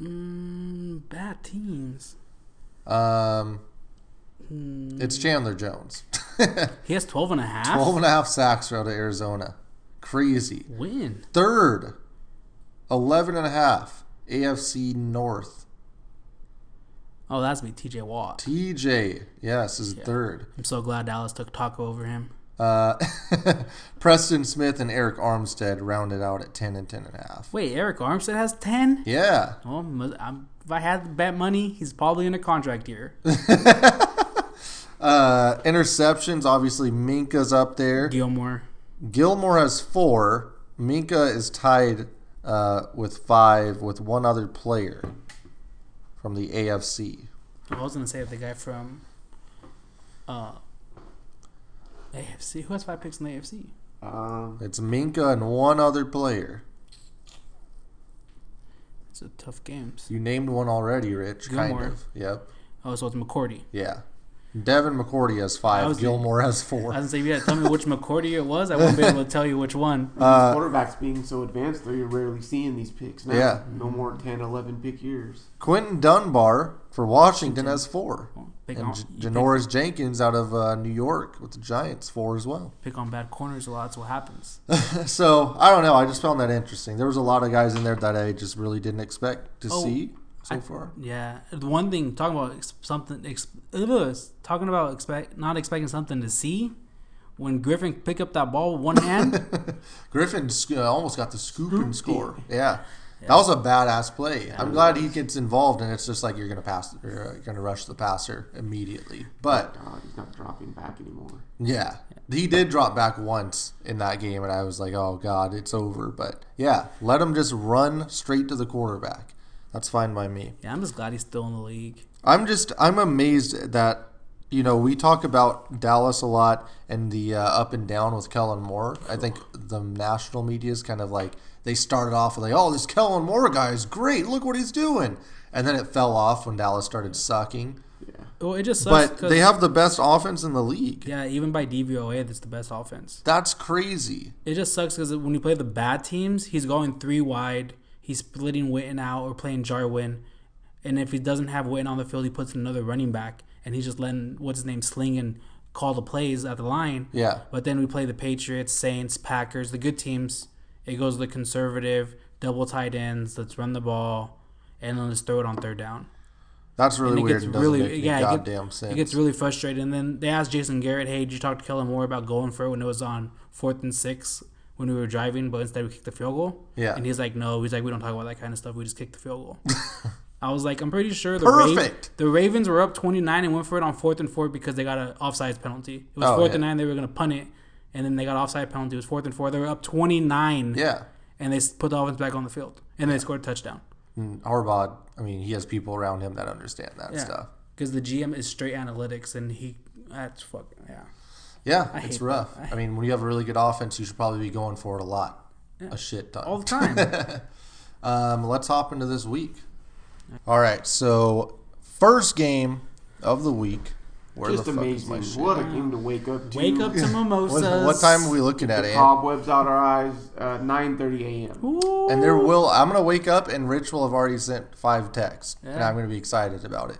Speaker 3: Mm, bad teams.
Speaker 1: Um,
Speaker 3: Hmm.
Speaker 1: it's Chandler Jones.
Speaker 3: He has 12 and a half?
Speaker 1: 12 and a half sacks out of Arizona. Crazy.
Speaker 3: Win.
Speaker 1: Third, 11 and a half, AFC North.
Speaker 3: Oh, that's be TJ Watt.
Speaker 1: TJ, yes, is third.
Speaker 3: I'm so glad Dallas took Taco over him.
Speaker 1: Uh, Preston Smith and Eric Armstead rounded out at 10 and 10 and a half.
Speaker 3: Wait, Eric Armstead has 10?
Speaker 1: Yeah.
Speaker 3: Well, I'm- I'm- if I had to bet money, he's probably in a contract year.
Speaker 1: Uh, interceptions, obviously, Minka's up there.
Speaker 3: Gilmore.
Speaker 1: Gilmore has four. Minka is tied uh, with five with one other player from the AFC.
Speaker 3: I was going to say the guy from uh, AFC. Who has five picks in the AFC?
Speaker 2: Um,
Speaker 1: It's Minka and one other player.
Speaker 3: It's a tough games.
Speaker 1: You named one already, Rich.
Speaker 3: Gilmore.
Speaker 1: Kind of. Yep.
Speaker 3: Oh, so it's McCordy.
Speaker 1: Yeah. Devin McCourty has
Speaker 3: I
Speaker 1: five.
Speaker 3: was
Speaker 1: Gilmore has
Speaker 3: I
Speaker 1: four.
Speaker 3: was gonna say, yeah, tell me which McCordy it was. I won't be able to tell you which one.
Speaker 1: Uh,
Speaker 2: quarterbacks being so advanced, though, you're rarely seeing these picks now.
Speaker 1: Yeah.
Speaker 2: No more 10, 11 pick years.
Speaker 1: Quentin Dunbar for Washington has four.
Speaker 3: Well, Pick on,
Speaker 1: And J-
Speaker 3: you
Speaker 1: Janoris Jenkins out of uh, New York with the Giants, four as well.
Speaker 3: pick, pick on bad corners a lot. That's what happens.
Speaker 1: So I don't know. I just found that interesting. There was a lot of guys in there that I just really didn't expect to
Speaker 3: Oh,
Speaker 1: see so
Speaker 3: I-
Speaker 1: far.
Speaker 3: Yeah. The one thing talking about ex- something, ex- ugh, talking about expect not expecting something to see. When Griffin picked up that ball with one hand,
Speaker 1: Griffin sc- uh, almost got the scoop and
Speaker 2: Scooped
Speaker 1: score. Yeah. That was a badass play. I'm glad he gets involved, and it's just like you're gonna pass, you're uh, gonna rush the passer immediately. But
Speaker 2: God, Uh, he's not dropping back anymore.
Speaker 1: yeah, he did drop back once in that game, and I was like, oh god, it's over. But yeah, let him just run straight to the quarterback. That's fine by me.
Speaker 3: yeah, I'm just glad he's still in the league.
Speaker 1: I'm just I'm amazed that you know we talk about Dallas a lot and the uh, up and down with Kellen Moore. I think the national media is kind of like they started off with like, oh, this Kellen Moore guy is great. Look what he's doing, and then it fell off when Dallas started sucking.
Speaker 2: Yeah.
Speaker 3: Well, Oh, it just sucks.
Speaker 1: But
Speaker 3: 'cause-
Speaker 1: they have the best offense in the league.
Speaker 3: yeah, even by DVOA, that's the best offense.
Speaker 1: That's crazy.
Speaker 3: It just sucks because when you play the bad teams, he's going three wide. He's splitting Witten out or playing Jarwin. And if he doesn't have Witten on the field, he puts another running back. And he's just letting, what's his name, sling and call the plays at the line.
Speaker 1: Yeah.
Speaker 3: But then we play the Patriots, Saints, Packers, the good teams. It goes the conservative, double tight ends. Let's run the ball, and then let's throw it on third down.
Speaker 1: That's really
Speaker 3: it
Speaker 1: weird.
Speaker 3: gets
Speaker 1: and doesn't
Speaker 3: really-
Speaker 1: make any
Speaker 3: yeah, it get-
Speaker 1: goddamn sense.
Speaker 3: It gets really frustrating. And then they asked Jason Garrett, "Hey, did you talk to Kellen Moore about going for it when it was on fourth and six when we were driving, but instead we kicked the field goal?"
Speaker 1: Yeah.
Speaker 3: And he's like, "No." He's like, "We don't talk about that kind of stuff. We just kicked the field goal." I was like, "I'm pretty sure the Raven-
Speaker 1: Perfect.
Speaker 3: the Ravens were up 29 and went for it on fourth and four because they got an offsides penalty. It was
Speaker 1: Oh,
Speaker 3: fourth
Speaker 1: yeah.
Speaker 3: and nine. They were going to punt it, and then they got offside penalty. It was fourth and four. They were up 29.
Speaker 1: yeah.
Speaker 3: And they s- put the offense back on the field, and they scored a touchdown.
Speaker 1: And Harbaugh, I mean, he has people around him that understand that stuff.
Speaker 3: Because the GM is straight analytics, and he that's fuck yeah.
Speaker 1: Yeah,
Speaker 3: hate
Speaker 1: it's
Speaker 3: that.
Speaker 1: rough. I, mean, when you have a really good offense, you should probably be going for it a lot. A shit ton.
Speaker 3: all the time.
Speaker 1: Um, let's hop into this week. All right, so first game of the week. Where
Speaker 2: Just
Speaker 1: the fuck is my
Speaker 2: amazing.
Speaker 1: shit?
Speaker 2: What a game to wake up to.
Speaker 3: Wake up to mimosas.
Speaker 1: What, what time are we looking at,
Speaker 2: The
Speaker 1: Ann?
Speaker 2: cobwebs out our eyes. Uh, 9:30 a.m.
Speaker 3: Ooh.
Speaker 1: And there will. I'm gonna wake up, and Rich will have already sent five texts, and
Speaker 3: Yeah.
Speaker 1: I'm gonna be excited about it.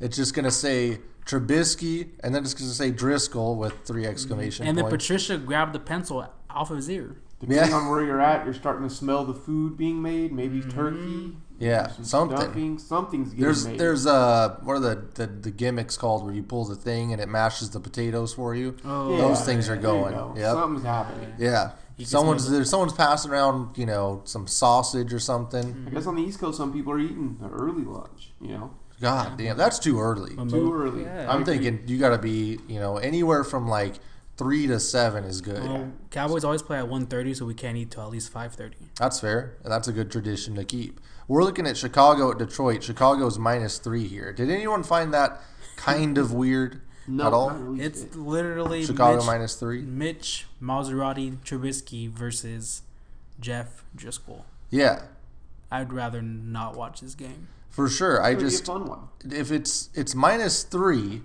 Speaker 1: It's just gonna say Trubisky, and then it's gonna say Driscoll with three exclamation
Speaker 3: and then
Speaker 1: points.
Speaker 3: Patricia grabbed the pencil off of his ear.
Speaker 2: Depending
Speaker 1: Yeah.
Speaker 2: on where you're at, you're starting to smell the food being made. Maybe
Speaker 3: Mm-hmm.
Speaker 2: turkey.
Speaker 1: yeah,
Speaker 2: some
Speaker 1: something.
Speaker 2: Stuffing. Something's getting
Speaker 1: There's
Speaker 2: made.
Speaker 1: there's uh what are the, the the gimmicks called where you pull the thing and it mashes the potatoes for you.
Speaker 3: Oh,
Speaker 1: Those things are
Speaker 2: there you
Speaker 1: going.
Speaker 2: go.
Speaker 1: Yep.
Speaker 2: Something's happening.
Speaker 1: Yeah.
Speaker 3: You can
Speaker 1: Someone's
Speaker 3: smell
Speaker 1: there's someone's passing around, you know, some sausage or something.
Speaker 2: I guess on the East Coast, some people are eating the early lunch. You know,
Speaker 1: God damn, that's too early.
Speaker 3: Mimo-
Speaker 2: too early.
Speaker 3: Yeah.
Speaker 1: I'm
Speaker 2: I agree.
Speaker 1: thinking you got to be, you know, anywhere from like three to seven is good.
Speaker 3: Well, Cowboys always play at 1.30, so we can't eat till at least 5.30.
Speaker 1: That's fair. That's a good tradition to keep. We're looking at Chicago at Detroit. Chicago's minus three here. Did anyone find that kind of weird
Speaker 2: no,
Speaker 1: at all?
Speaker 2: not really
Speaker 3: It's
Speaker 2: fit.
Speaker 3: literally
Speaker 1: Chicago
Speaker 3: Mitch, Mm.
Speaker 1: minus three.
Speaker 3: Mitch Maserati Trubisky versus Jeff Driscoll.
Speaker 1: Yeah,
Speaker 3: I'd rather not watch this game.
Speaker 1: for sure. I
Speaker 2: It's gonna be
Speaker 1: just
Speaker 2: a fun one.
Speaker 1: if it's it's minus three,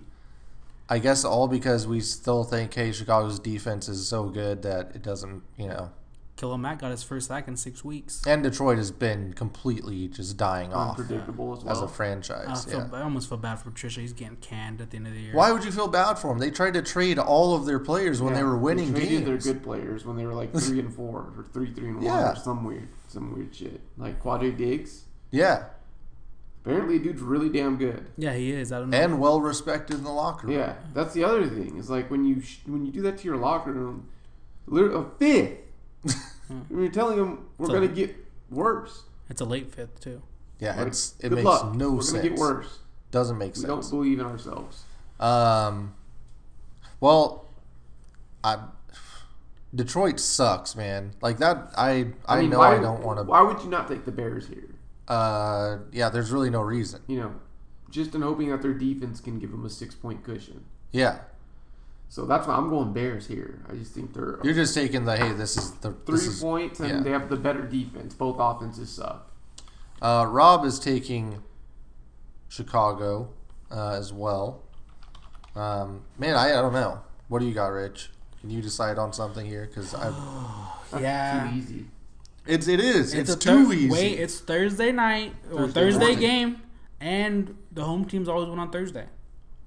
Speaker 1: I guess all because we still think hey Chicago's defense is so good that it doesn't you know.
Speaker 3: Killer Matt got his first sack in six weeks.
Speaker 1: And Detroit has been completely just dying off
Speaker 2: Unpredictable as
Speaker 1: Oh, as
Speaker 2: well.
Speaker 1: a franchise.
Speaker 3: I, feel,
Speaker 1: yeah.
Speaker 3: I almost feel bad for Patricia. He's getting canned at the end of the year.
Speaker 1: Why would you feel bad for them? They tried to trade all of their players when
Speaker 2: Yeah,
Speaker 1: they were winning
Speaker 2: traded
Speaker 1: games.
Speaker 2: Their good players when they were like three and four or three, three and one
Speaker 1: Yeah.
Speaker 2: or some weird, some weird shit. Like Quadre Diggs.
Speaker 1: Yeah,
Speaker 2: Mm-hmm. Apparently, dude's really damn good.
Speaker 3: Yeah, he is. I don't know.
Speaker 1: and well respected in the locker room.
Speaker 2: Yeah, that's the other thing. Is like when you sh- when you do that to your locker room, literally a fifth.
Speaker 1: Hmm.
Speaker 2: when you're telling them we're
Speaker 3: So-
Speaker 2: gonna get worse.
Speaker 3: it's a late fifth, too.
Speaker 1: Yeah,
Speaker 2: Like,
Speaker 1: it's it
Speaker 2: good
Speaker 1: makes
Speaker 2: luck.
Speaker 1: no
Speaker 2: we're
Speaker 1: sense.
Speaker 2: gonna get worse.
Speaker 1: Doesn't make
Speaker 2: We
Speaker 1: sense.
Speaker 2: don't believe in ourselves.
Speaker 1: Um, well, I Detroit sucks, man. Like that, I I,
Speaker 2: mean,
Speaker 1: know
Speaker 2: why-
Speaker 1: I don't want
Speaker 2: Why would you not take the Bears here?
Speaker 1: to. Uh, yeah, there's really no reason.
Speaker 2: You know, just in hoping that their defense can give them a six point cushion.
Speaker 1: Yeah,
Speaker 2: So that's why I'm going Bears here. I just think they're
Speaker 1: you're just taking the hey, this is the
Speaker 2: three
Speaker 1: this is
Speaker 2: points, and
Speaker 1: yeah.
Speaker 2: they have the better defense. Both offenses suck.
Speaker 1: Uh, Rob is taking Chicago uh, as well. Um, man, I, I don't know. What do you got, Rich? Can you decide on something here? Because
Speaker 2: That's
Speaker 1: Ah.
Speaker 3: Yeah.
Speaker 2: too easy.
Speaker 1: it's it Uh, is it's,
Speaker 3: a
Speaker 1: too
Speaker 3: thir-
Speaker 1: easy.
Speaker 3: Wait, it's Thursday night or
Speaker 2: Thursday
Speaker 3: Thursday
Speaker 2: morning.
Speaker 3: game, and the home team's always win on Thursday.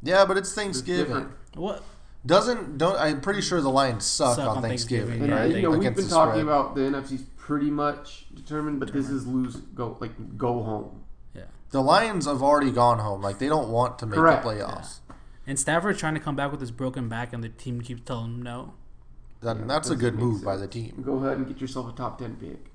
Speaker 1: yeah, but it's
Speaker 2: It's
Speaker 1: Thanksgiving.
Speaker 2: different.
Speaker 3: What?
Speaker 1: Doesn't don't I'm pretty sure the Lions suck,
Speaker 3: Suck
Speaker 1: on,
Speaker 3: on
Speaker 1: Thanksgiving,
Speaker 3: Thanksgiving,
Speaker 2: Yeah,
Speaker 1: right?
Speaker 2: you know, we've
Speaker 1: Against
Speaker 2: been
Speaker 1: the
Speaker 2: talking
Speaker 1: spread.
Speaker 2: about the NFC's pretty much determined, but this is lose go like go home.
Speaker 3: Yeah.
Speaker 1: the Lions have already gone home. Like they don't want to make
Speaker 2: Correct.
Speaker 1: the playoffs.
Speaker 3: And Stafford trying to come back with his broken back, and the team keeps telling him no.
Speaker 1: Then that's a
Speaker 2: doesn't
Speaker 1: good
Speaker 2: make
Speaker 1: move by
Speaker 2: sense.
Speaker 1: the team.
Speaker 2: Go ahead and get yourself a top ten pick.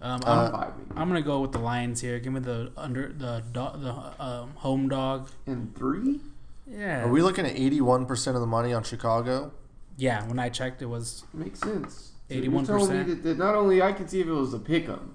Speaker 3: Um, I'm,
Speaker 1: Uh,
Speaker 2: Five maybe.
Speaker 3: I'm gonna go with the Lions here. Give me the under the do- the um, home dog.
Speaker 2: and three?
Speaker 3: Yeah.
Speaker 1: Are we looking at 81% of the money on Chicago?
Speaker 3: yeah. When I checked, it was
Speaker 2: Makes sense. So
Speaker 3: 81%.
Speaker 2: You're telling me that, that not only I can see if it was a pick 'em.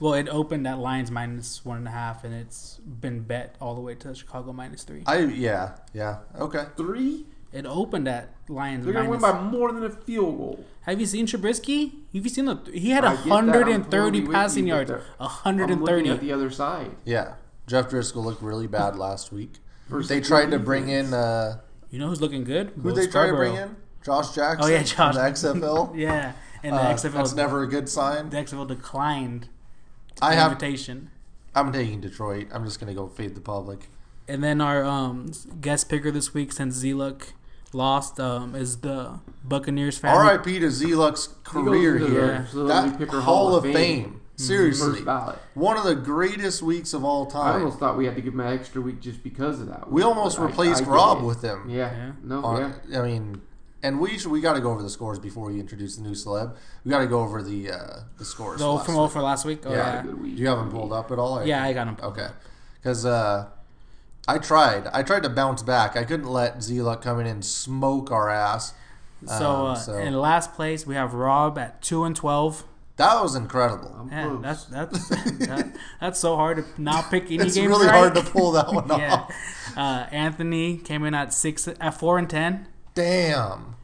Speaker 3: well, it opened at Lions minus one and a half, and it's been bet all the way to Chicago minus three.
Speaker 1: I yeah, yeah. Okay.
Speaker 2: Three?
Speaker 3: It opened at Lions
Speaker 2: They're gonna win
Speaker 3: minus.
Speaker 2: by more than a field goal.
Speaker 3: Have you seen Trubisky? Have you seen the? He had
Speaker 2: I get that. I'm totally
Speaker 3: 130
Speaker 2: with
Speaker 3: passing
Speaker 2: you, but
Speaker 3: yards.
Speaker 2: they're- I'm looking
Speaker 3: 130.
Speaker 2: at the other side.
Speaker 1: Yeah. Jeff Driscoll looked really bad last week.
Speaker 2: Versus
Speaker 1: They
Speaker 2: good
Speaker 1: tried to bring
Speaker 2: defense.
Speaker 1: in uh
Speaker 3: You know who's looking good?
Speaker 1: who
Speaker 3: Bo
Speaker 1: they try to bring
Speaker 3: Scarborough.
Speaker 1: in? Josh Jackson.
Speaker 3: Oh yeah, Josh.
Speaker 1: From the XFL.
Speaker 3: yeah, and the
Speaker 1: Uh,
Speaker 3: XFL.
Speaker 1: that's never a good sign.
Speaker 3: the XFL declined
Speaker 1: I
Speaker 3: the
Speaker 1: have
Speaker 3: invitation.
Speaker 1: I'm taking Detroit. I'm just gonna go fade the public.
Speaker 3: And then our um, guest picker this week, since Z Luck lost um, is the Buccaneers family.
Speaker 1: R.I.P. to Zeluk's
Speaker 2: He
Speaker 1: career
Speaker 2: goes into
Speaker 1: here.
Speaker 2: the Celebrity
Speaker 1: That
Speaker 2: Picker
Speaker 1: Hall of Fame. Seriously,
Speaker 2: Mm-hmm. First ballot.
Speaker 1: one of the greatest weeks of all
Speaker 2: I
Speaker 1: time.
Speaker 2: almost thought we had to give him an extra week just because of that.
Speaker 1: We almost
Speaker 2: But I-
Speaker 1: replaced
Speaker 2: I get
Speaker 1: Rob
Speaker 2: it.
Speaker 1: with him.
Speaker 2: Yeah.
Speaker 3: Yeah.
Speaker 2: No. yeah.
Speaker 1: On- I mean, and we should, we got to go over the scores before we introduce the new celeb. We got to go over the uh, the scores.
Speaker 3: The old
Speaker 1: last
Speaker 3: from
Speaker 1: week.
Speaker 3: old for last week. Oh,
Speaker 1: Yeah. Um,
Speaker 3: yeah.
Speaker 2: Good
Speaker 1: Do
Speaker 2: week.
Speaker 1: you have them pulled up at all?
Speaker 3: Yeah, I got him.
Speaker 1: Okay, because uh, I tried. I tried to bounce back. I couldn't let Zeluk come in and smoke our ass.
Speaker 3: So,
Speaker 1: Um,
Speaker 3: uh,
Speaker 1: so-
Speaker 3: in last place we have Rob at two and twelve.
Speaker 1: That was incredible.
Speaker 2: I'm
Speaker 3: Man,
Speaker 2: close.
Speaker 3: that's that's that, that's so hard to not pick any
Speaker 1: It's
Speaker 3: games.
Speaker 1: really
Speaker 3: right.
Speaker 1: hard to pull that one
Speaker 3: yeah.
Speaker 1: off.
Speaker 3: Uh, Anthony came in at six at four and ten.
Speaker 1: Damn.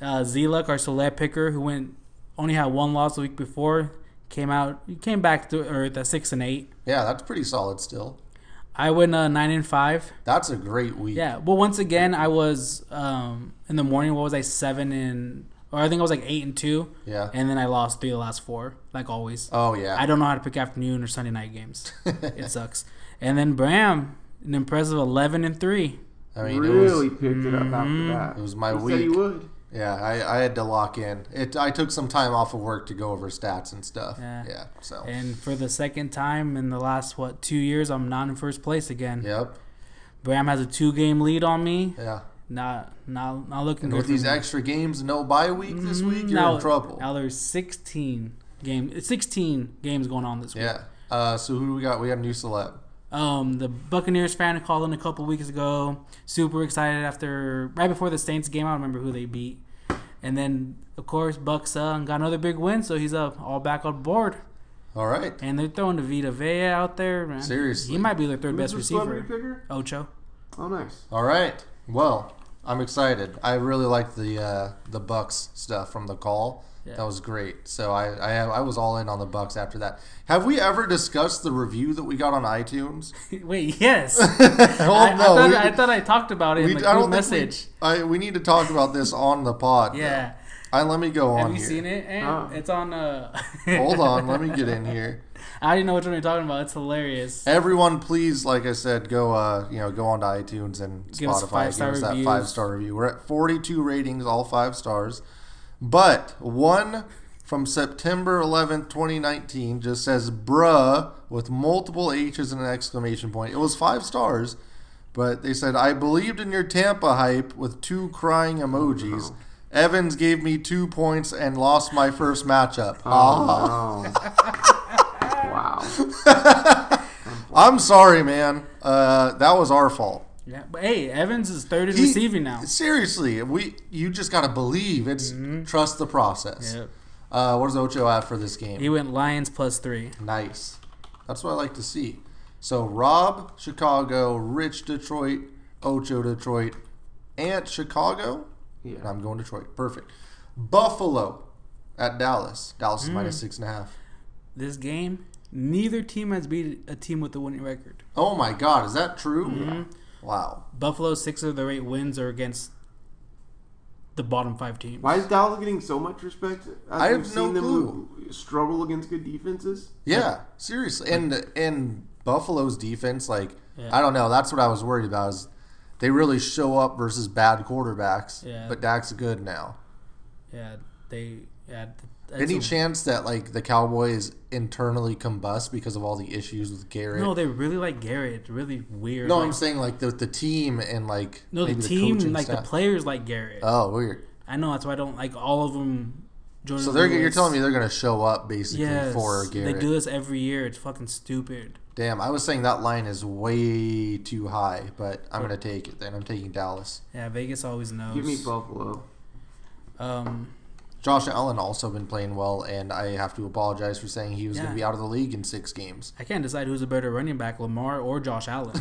Speaker 3: Uh, Zeluk, our celeb picker, who went only had one loss the week before, came out he came back to earth at six and eight.
Speaker 1: Yeah, that's pretty solid still.
Speaker 3: I went uh, nine and five.
Speaker 1: That's a great week.
Speaker 3: Yeah. Well, once again, I was um, in the morning. What was I seven and or I think I was like eight and two,
Speaker 1: Yeah.
Speaker 3: and then I lost three of the last four, like always.
Speaker 1: Oh yeah.
Speaker 3: I don't know how to pick afternoon or Sunday night games. it sucks. And then Bram, an impressive eleven and three.
Speaker 1: I mean, it was
Speaker 2: really picked it up after
Speaker 3: Mhm.
Speaker 2: that.
Speaker 1: it was my
Speaker 2: he said he
Speaker 1: week.
Speaker 2: would.
Speaker 1: yeah. I, I had to lock in. It. I took some time off of work to go over stats and stuff.
Speaker 3: Yeah.
Speaker 1: Yeah. So.
Speaker 3: And for the second time in the last what two years, I'm not in first place again.
Speaker 1: Yep.
Speaker 3: Bram has a two game lead on me.
Speaker 1: Yeah.
Speaker 3: Not not not looking
Speaker 1: And
Speaker 3: good.
Speaker 1: with
Speaker 3: for
Speaker 1: these
Speaker 3: me.
Speaker 1: extra games, no bye week this week,
Speaker 3: Mhm.
Speaker 1: you're
Speaker 3: now,
Speaker 1: in trouble.
Speaker 3: Now there's sixteen game sixteen games going on this week.
Speaker 1: yeah. Uh, so who do we got? We got a new celeb.
Speaker 3: Um, the Buccaneers fan called in a couple weeks ago. Super excited after right before the Saints game. I don't remember who they beat. And then of course Bucks uh, got another big win, so he's up all back on board.
Speaker 1: All right.
Speaker 3: And they're throwing the Vita Vea out there, man.
Speaker 1: Seriously.
Speaker 3: he might be their third
Speaker 2: Who's
Speaker 3: best
Speaker 2: the
Speaker 3: receiver.
Speaker 2: celebrity picker?
Speaker 3: Ocho.
Speaker 2: Oh, nice.
Speaker 1: All right. Well, I'm excited. I really liked the uh, the Bucks stuff from the call.
Speaker 3: Yeah.
Speaker 1: That was great. So I, I I was all in on the Bucks after that. Have we ever discussed the review that we got on iTunes?
Speaker 3: Wait, yes.
Speaker 1: well,
Speaker 3: I, I thought,
Speaker 1: we-
Speaker 3: I thought I talked about it
Speaker 1: we-
Speaker 3: in the
Speaker 1: I
Speaker 3: group
Speaker 1: don't think
Speaker 3: message.
Speaker 1: We, I, we need to talk about this on the pod. though.
Speaker 3: yeah.
Speaker 1: I let me go on.
Speaker 3: Have you
Speaker 1: here. Oh.
Speaker 3: seen it? And
Speaker 2: Oh.
Speaker 3: It's on. Uh...
Speaker 1: Hold on, let me get in here.
Speaker 3: I didn't know which one you're talking about. It's hilarious.
Speaker 1: Eh. Everyone, please, like I said, go uh, you know, go onto iTunes and
Speaker 3: Give
Speaker 1: Spotify.
Speaker 3: us
Speaker 1: Give
Speaker 3: five-star
Speaker 1: us that
Speaker 3: reviews.
Speaker 1: five star review. We're at forty two ratings, all five stars, but one from September eleventh, twenty nineteen, just says "bruh" with multiple H's and an exclamation point. It was five stars, but they said I believed in your Tampa hype with two crying emojis. Evans gave me two points and lost my first matchup. Ah.
Speaker 2: Oh, no. wow.
Speaker 1: I'm sorry, man. Uh, that was our fault.
Speaker 3: Yeah, but hey, Evans is third in
Speaker 1: He-
Speaker 3: receiving now.
Speaker 1: Seriously, we you just gotta believe. It's
Speaker 3: Mm-hmm.
Speaker 1: trust the process.
Speaker 3: Yeah.
Speaker 1: Uh, what does Ocho have for this game?
Speaker 3: He went Lions plus three.
Speaker 1: nice. That's what I like to see. So Rob, Chicago, Rich, Detroit, Ocho, Detroit, Ant, Chicago. And
Speaker 2: Yeah.
Speaker 1: I'm going Detroit. Perfect. Buffalo at Dallas. Dallas
Speaker 3: Mm.
Speaker 1: is minus six and a half.
Speaker 3: This game, neither team has beat a team with a winning record.
Speaker 1: Oh my God, is that true?
Speaker 3: Mm-hmm.
Speaker 1: Wow.
Speaker 3: Buffalo six of their eight wins are against the bottom five teams.
Speaker 2: Why is Dallas getting so much respect? as
Speaker 1: I have
Speaker 2: we've
Speaker 1: no
Speaker 2: seen them struggle against good defenses.
Speaker 1: Yeah, seriously. And and Buffalo's defense, like
Speaker 3: Yeah.
Speaker 1: I don't know, that's what I was worried about. Is they really show up versus bad quarterbacks?
Speaker 3: Yeah.
Speaker 1: But Dak's good now.
Speaker 3: Yeah, they. Yeah, th- that's
Speaker 1: Any
Speaker 3: a-
Speaker 1: chance that like the Cowboys internally combust because of all the issues with Garrett?
Speaker 3: No, they really like Garrett. It's really weird.
Speaker 1: No,
Speaker 3: like-
Speaker 1: I'm saying like the the team and like
Speaker 3: no, the
Speaker 1: maybe
Speaker 3: team,
Speaker 1: coaching
Speaker 3: like the
Speaker 1: staff.
Speaker 3: players, like Garrett.
Speaker 1: Oh, weird.
Speaker 3: I know that's why I don't like all of them. Jordan
Speaker 1: So they're you're
Speaker 3: Lewis.
Speaker 1: telling me they're gonna show up basically
Speaker 3: yes,
Speaker 1: for
Speaker 3: they
Speaker 1: Garrett.
Speaker 3: do this every year. It's fucking stupid.
Speaker 1: Damn, I was saying that line is way too high, but I'm gonna take it. Then I'm taking Dallas.
Speaker 3: Yeah, Vegas always knows.
Speaker 2: Give me Buffalo.
Speaker 3: Um,
Speaker 1: Josh Allen also been playing well, and I have to apologize for saying he was going
Speaker 3: Yeah.
Speaker 1: to be out of the league in six games.
Speaker 3: I can't decide who's a better running back, Lamar or Josh Allen.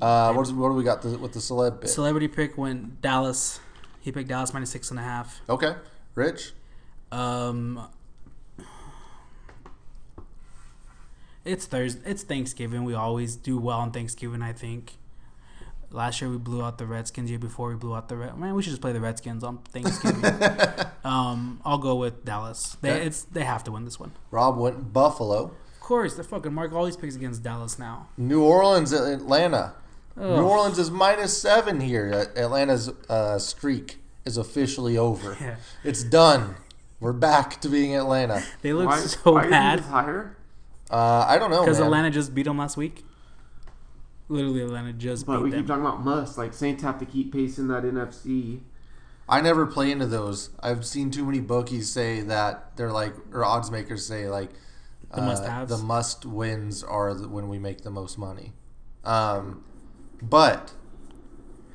Speaker 1: Uh, what, is, what do we got th- with the celeb bit?
Speaker 3: Celebrity pick went Dallas. He picked Dallas minus six and a half.
Speaker 1: okay, Rich.
Speaker 3: Um, it's Thursday. It's Thanksgiving. We always do well on Thanksgiving. I think. Last year we blew out the Redskins. Year before we blew out the Red. Man, we should just play the Redskins on Thanksgiving. um, I'll go with Dallas. They
Speaker 1: Okay.
Speaker 3: it's they have to win this one.
Speaker 1: Rob went Buffalo,
Speaker 3: Of course, the fucking Mark always picks against Dallas now.
Speaker 1: New Orleans, Atlanta.
Speaker 3: Ugh.
Speaker 1: New Orleans is minus seven here. Uh, Atlanta's uh, streak is officially over.
Speaker 3: Yeah.
Speaker 1: It's done. We're back to being Atlanta.
Speaker 3: They look
Speaker 2: why,
Speaker 3: so
Speaker 2: why
Speaker 3: bad
Speaker 2: Is this Oh, higher?
Speaker 1: Uh, I don't know.
Speaker 3: because
Speaker 1: man.
Speaker 3: Atlanta just beat them last week. Literally, Atlanta just
Speaker 2: But we
Speaker 3: beat them.
Speaker 2: keep talking about must. Like Saints have to keep pacing that NFC.
Speaker 1: I never play into those. I've seen too many bookies say that they're like, or odds makers say like, uh,
Speaker 3: The must-haves.
Speaker 1: the must wins are the, when we make the most money. Um, but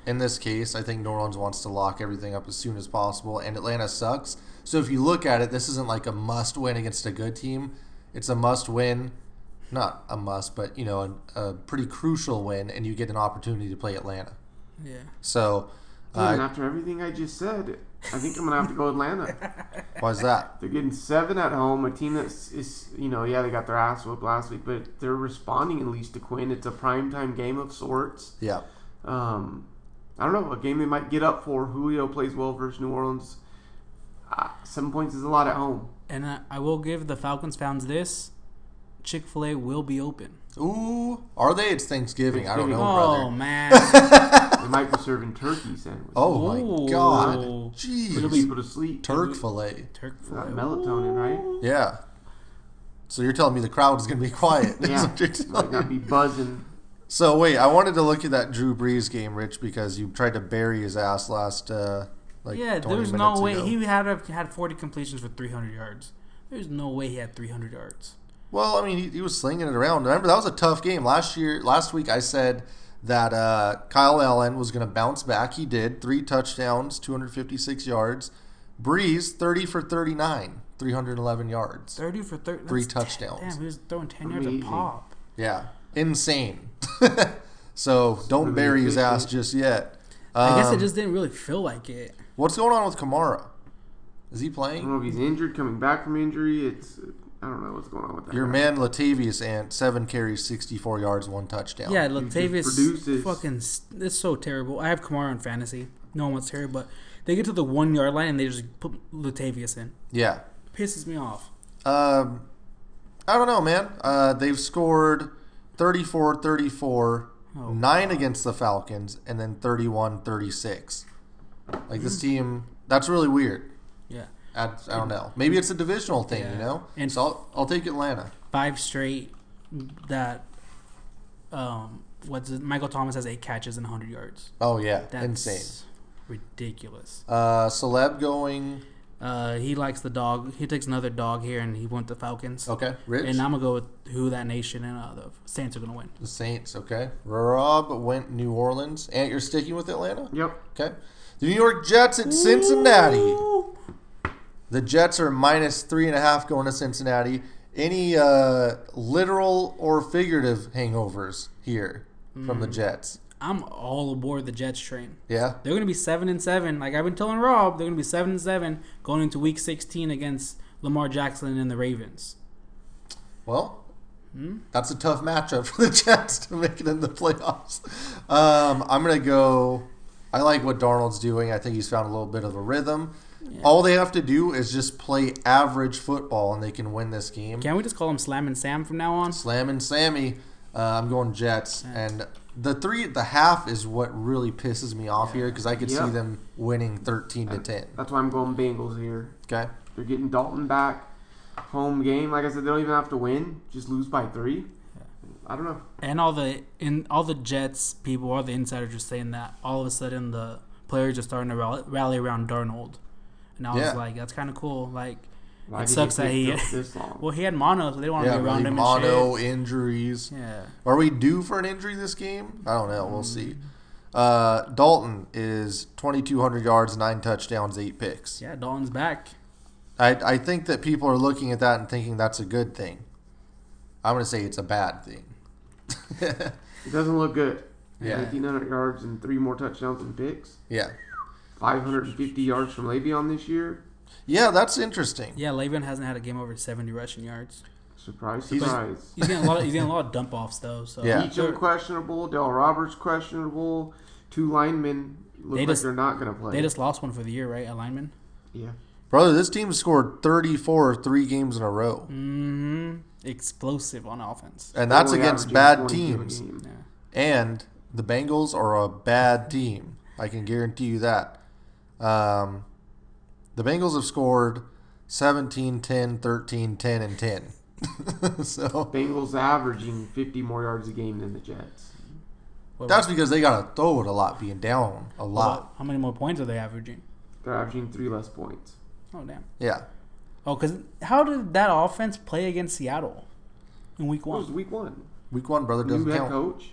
Speaker 1: in this case, I think New Orleans wants to lock everything up as soon as possible, and Atlanta sucks. So if you look at it, this isn't like a must win against a good team. It's a must win, not a must, but you know, a, a pretty crucial win, and you get an opportunity to play Atlanta.
Speaker 3: yeah.
Speaker 1: So
Speaker 2: Even
Speaker 1: uh,
Speaker 2: after everything I just said, I think I'm gonna have to go Atlanta.
Speaker 1: why's that?
Speaker 2: They're getting seven at home. A team that's is you know yeah they got their ass whooped last week, but they're responding at least to Quinn. It's a primetime game of sorts.
Speaker 1: Yeah.
Speaker 2: Um, I don't know a game they might get up for. Julio plays well versus New Orleans. Uh, seven points is a lot at home.
Speaker 3: And I, I will give the Falcons fans this: Chick Fil A will be open.
Speaker 1: Ooh, are they? It's Thanksgiving. I don't know,
Speaker 3: Oh
Speaker 1: brother.
Speaker 3: man,
Speaker 2: They might be serving turkey sandwiches.
Speaker 1: Oh
Speaker 3: Ooh.
Speaker 1: my god,
Speaker 2: put
Speaker 1: jeez,
Speaker 2: people to sleep.
Speaker 1: Turk fillet.
Speaker 3: Turk Fil
Speaker 2: Got
Speaker 3: A.
Speaker 2: melatonin, right?
Speaker 1: Yeah. So you're telling me the crowd is gonna be quiet? That's
Speaker 2: Yeah,
Speaker 1: what you're
Speaker 2: might
Speaker 1: telling
Speaker 2: not
Speaker 1: me.
Speaker 2: be buzzing.
Speaker 1: So wait, I wanted to look at that Drew Brees game, Rich, because you tried to bury his ass last. Uh, like
Speaker 3: yeah,
Speaker 1: 20
Speaker 3: there's
Speaker 1: minutes
Speaker 3: no way
Speaker 1: ago.
Speaker 3: he had a, had 40 completions for 300 yards. There's no way he had 300 yards.
Speaker 1: Well, I mean, he, he was slinging it around. Remember, that was a tough game last year. Last week, I said that uh, Kyle Allen was going to bounce back. He did three touchdowns, 256 yards. Breeze, 30 for 39, 311 yards.
Speaker 3: 30 for 30.
Speaker 1: Three
Speaker 3: that's ten-
Speaker 1: touchdowns.
Speaker 3: Damn, he was throwing 10 yards a
Speaker 2: Amazing.
Speaker 3: pop.
Speaker 1: Yeah, insane. so don't
Speaker 2: Really
Speaker 1: bury his ass
Speaker 2: efficient.
Speaker 1: just yet.
Speaker 3: I guess it
Speaker 1: Um,
Speaker 3: just didn't really feel like it.
Speaker 1: What's going on with Kamara? Is he
Speaker 2: I
Speaker 1: playing?
Speaker 3: Mm.
Speaker 2: don't know if he's injured, coming back from injury. It's I don't know what's going on with that.
Speaker 1: Your
Speaker 2: guy.
Speaker 1: man Latavius Ant, seven carries, 64 yards, one touchdown.
Speaker 3: Yeah,
Speaker 2: just
Speaker 3: Latavius
Speaker 2: produces.
Speaker 3: fucking s- it's so terrible. I have Kamara on fantasy. No one wants to hear it, but they get to the one yard line and they just put Latavius in.
Speaker 1: Yeah.
Speaker 3: Pisses me off.
Speaker 1: Um, I don't know, man. Uh, they've scored 34 34,
Speaker 3: Oh,
Speaker 1: 9 against the Falcons, and then 31 36. Like,
Speaker 3: Hmm.
Speaker 1: this team, that's really weird.
Speaker 3: Yeah,
Speaker 1: I, I don't know. Maybe it's a divisional thing,
Speaker 3: Yeah.
Speaker 1: you know?
Speaker 3: And-
Speaker 1: And so I'll, I'll take Atlanta.
Speaker 3: five straight. That um, what's it? Michael Thomas has eight catches and 100 yards.
Speaker 1: Oh, yeah.
Speaker 3: That's
Speaker 1: Insane.
Speaker 3: ridiculous.
Speaker 1: Uh, celeb going.
Speaker 3: Uh, he likes the dog. He takes another dog here, and he went the Falcons.
Speaker 1: Okay. Rich.
Speaker 3: And I'm gonna go with who that nation and uh, the Saints are gonna win.
Speaker 1: the Saints. Okay. Rob went New Orleans. And you're sticking with Atlanta?
Speaker 2: Yep.
Speaker 1: Okay. The New York Jets at Cincinnati.
Speaker 3: Ooh.
Speaker 1: The Jets are minus three and a half going to Cincinnati. Any uh, literal or figurative hangovers here from the Jets?
Speaker 3: I'm all aboard the Jets train.
Speaker 1: Yeah.
Speaker 3: They're gonna be seven and seven. Like I've been telling Rob, they're gonna be seven and seven going into Week 16 against Lamar Jackson and the Ravens.
Speaker 1: Well, that's a tough matchup for the Jets to make it in the playoffs. Um, I'm going to go. I like what Darnold's doing. I think he's found a little bit of a rhythm. All they have to do is just play average football and they can win this game.
Speaker 3: Can we just call him Slam and Sam from now on?
Speaker 1: Slam and Sammy. Uh, I'm going Jets, and the three, the half is what really pisses me off here because I could
Speaker 2: Yeah.
Speaker 1: see them winning 13 to 10.
Speaker 2: That's why I'm going Bengals here.
Speaker 1: Okay,
Speaker 2: They're getting Dalton back. Home game. Like I said, they don't even have to win. Just lose by three. I don't know.
Speaker 3: And all the in all the Jets people, all the insiders are saying that all of a sudden the players are starting to rally, rally around Darnold. And I was
Speaker 1: Yeah.
Speaker 3: like, that's kind of cool. Like,
Speaker 2: Why
Speaker 3: It
Speaker 2: did
Speaker 3: sucks that
Speaker 2: get
Speaker 3: he-
Speaker 2: picked up this long.
Speaker 3: well, he had mono, so they don't want to
Speaker 1: yeah,
Speaker 3: be around
Speaker 1: really
Speaker 3: him.
Speaker 1: mono
Speaker 3: and
Speaker 1: injuries.
Speaker 3: shit. Yeah.
Speaker 1: Are we due for an injury this game? I don't know. We'll see. Uh, Dalton is 2,200 yards, nine touchdowns, eight picks.
Speaker 3: Yeah, Dalton's back.
Speaker 1: I, I think that people are looking at that and thinking that's a good thing. I'm going to say it's a bad thing.
Speaker 2: it doesn't look good.
Speaker 1: Yeah.
Speaker 2: 1,500 yards and three more touchdowns and picks.
Speaker 1: yeah.
Speaker 2: 550 yards from Le'Veon this year.
Speaker 1: Yeah, that's interesting.
Speaker 3: Yeah, Le'Veon hasn't had a game over 70 rushing yards.
Speaker 2: Surprise,
Speaker 1: He's-
Speaker 2: surprise.
Speaker 3: He's getting a lot. Of, he's getting a lot of dump offs though. So
Speaker 1: Yeah.
Speaker 2: Beecham questionable. Dell Roberts questionable. Two linemen look
Speaker 3: They
Speaker 2: like
Speaker 3: just-
Speaker 2: they're not going to play.
Speaker 3: they just lost one for the year, right? A lineman.
Speaker 2: yeah.
Speaker 1: Brother, this team scored 34 three games in a row.
Speaker 3: Mm. Mm-hmm. Explosive on offense.
Speaker 1: And that's
Speaker 2: Only averaging
Speaker 1: against bad
Speaker 2: 22 a
Speaker 1: teams.
Speaker 2: game.
Speaker 3: Yeah.
Speaker 1: And the Bengals are a bad team. I can guarantee you that. Um, the Bengals have scored 17, 10, 13, 10, and 10. so
Speaker 2: Bengals averaging 50 more yards a game than the Jets.
Speaker 3: What-
Speaker 1: that's because they got to throw it a lot, being down a
Speaker 3: what-
Speaker 1: lot.
Speaker 3: How many more points are they averaging?
Speaker 2: They're averaging three less points.
Speaker 3: Oh damn.
Speaker 1: Yeah.
Speaker 3: Oh, because how did that offense play against Seattle in Week
Speaker 2: It was
Speaker 3: One?
Speaker 2: week one.
Speaker 1: Week one, brother,
Speaker 2: New
Speaker 1: doesn't
Speaker 2: head
Speaker 1: count.
Speaker 2: coach.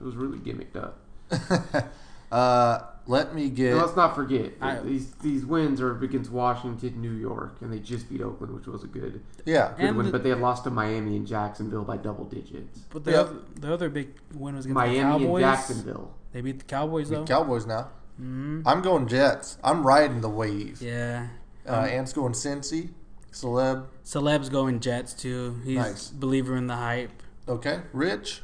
Speaker 2: It was really gimmicked up.
Speaker 1: uh, let me get.
Speaker 2: And let's not forget
Speaker 3: I-
Speaker 2: these these wins are against Washington, New York, and they just beat Oakland, which was a good
Speaker 1: Yeah.
Speaker 2: good
Speaker 3: And
Speaker 2: win.
Speaker 3: the-
Speaker 2: but they had lost to Miami and Jacksonville by double digits.
Speaker 3: But the
Speaker 1: Yep.
Speaker 3: other, the other big win was against
Speaker 2: Miami
Speaker 3: the
Speaker 2: and
Speaker 3: Cowboys.
Speaker 2: Jacksonville.
Speaker 3: They beat the Cowboys though.
Speaker 1: Cowboys now.
Speaker 3: mm
Speaker 1: I'm going Jets. I'm riding the wave.
Speaker 3: Yeah. Um,
Speaker 1: Uh, Ant's going Cincy. Celeb.
Speaker 3: Celeb's going Jets too. He's
Speaker 1: Nice.
Speaker 3: believer in the hype.
Speaker 1: Okay. Rich.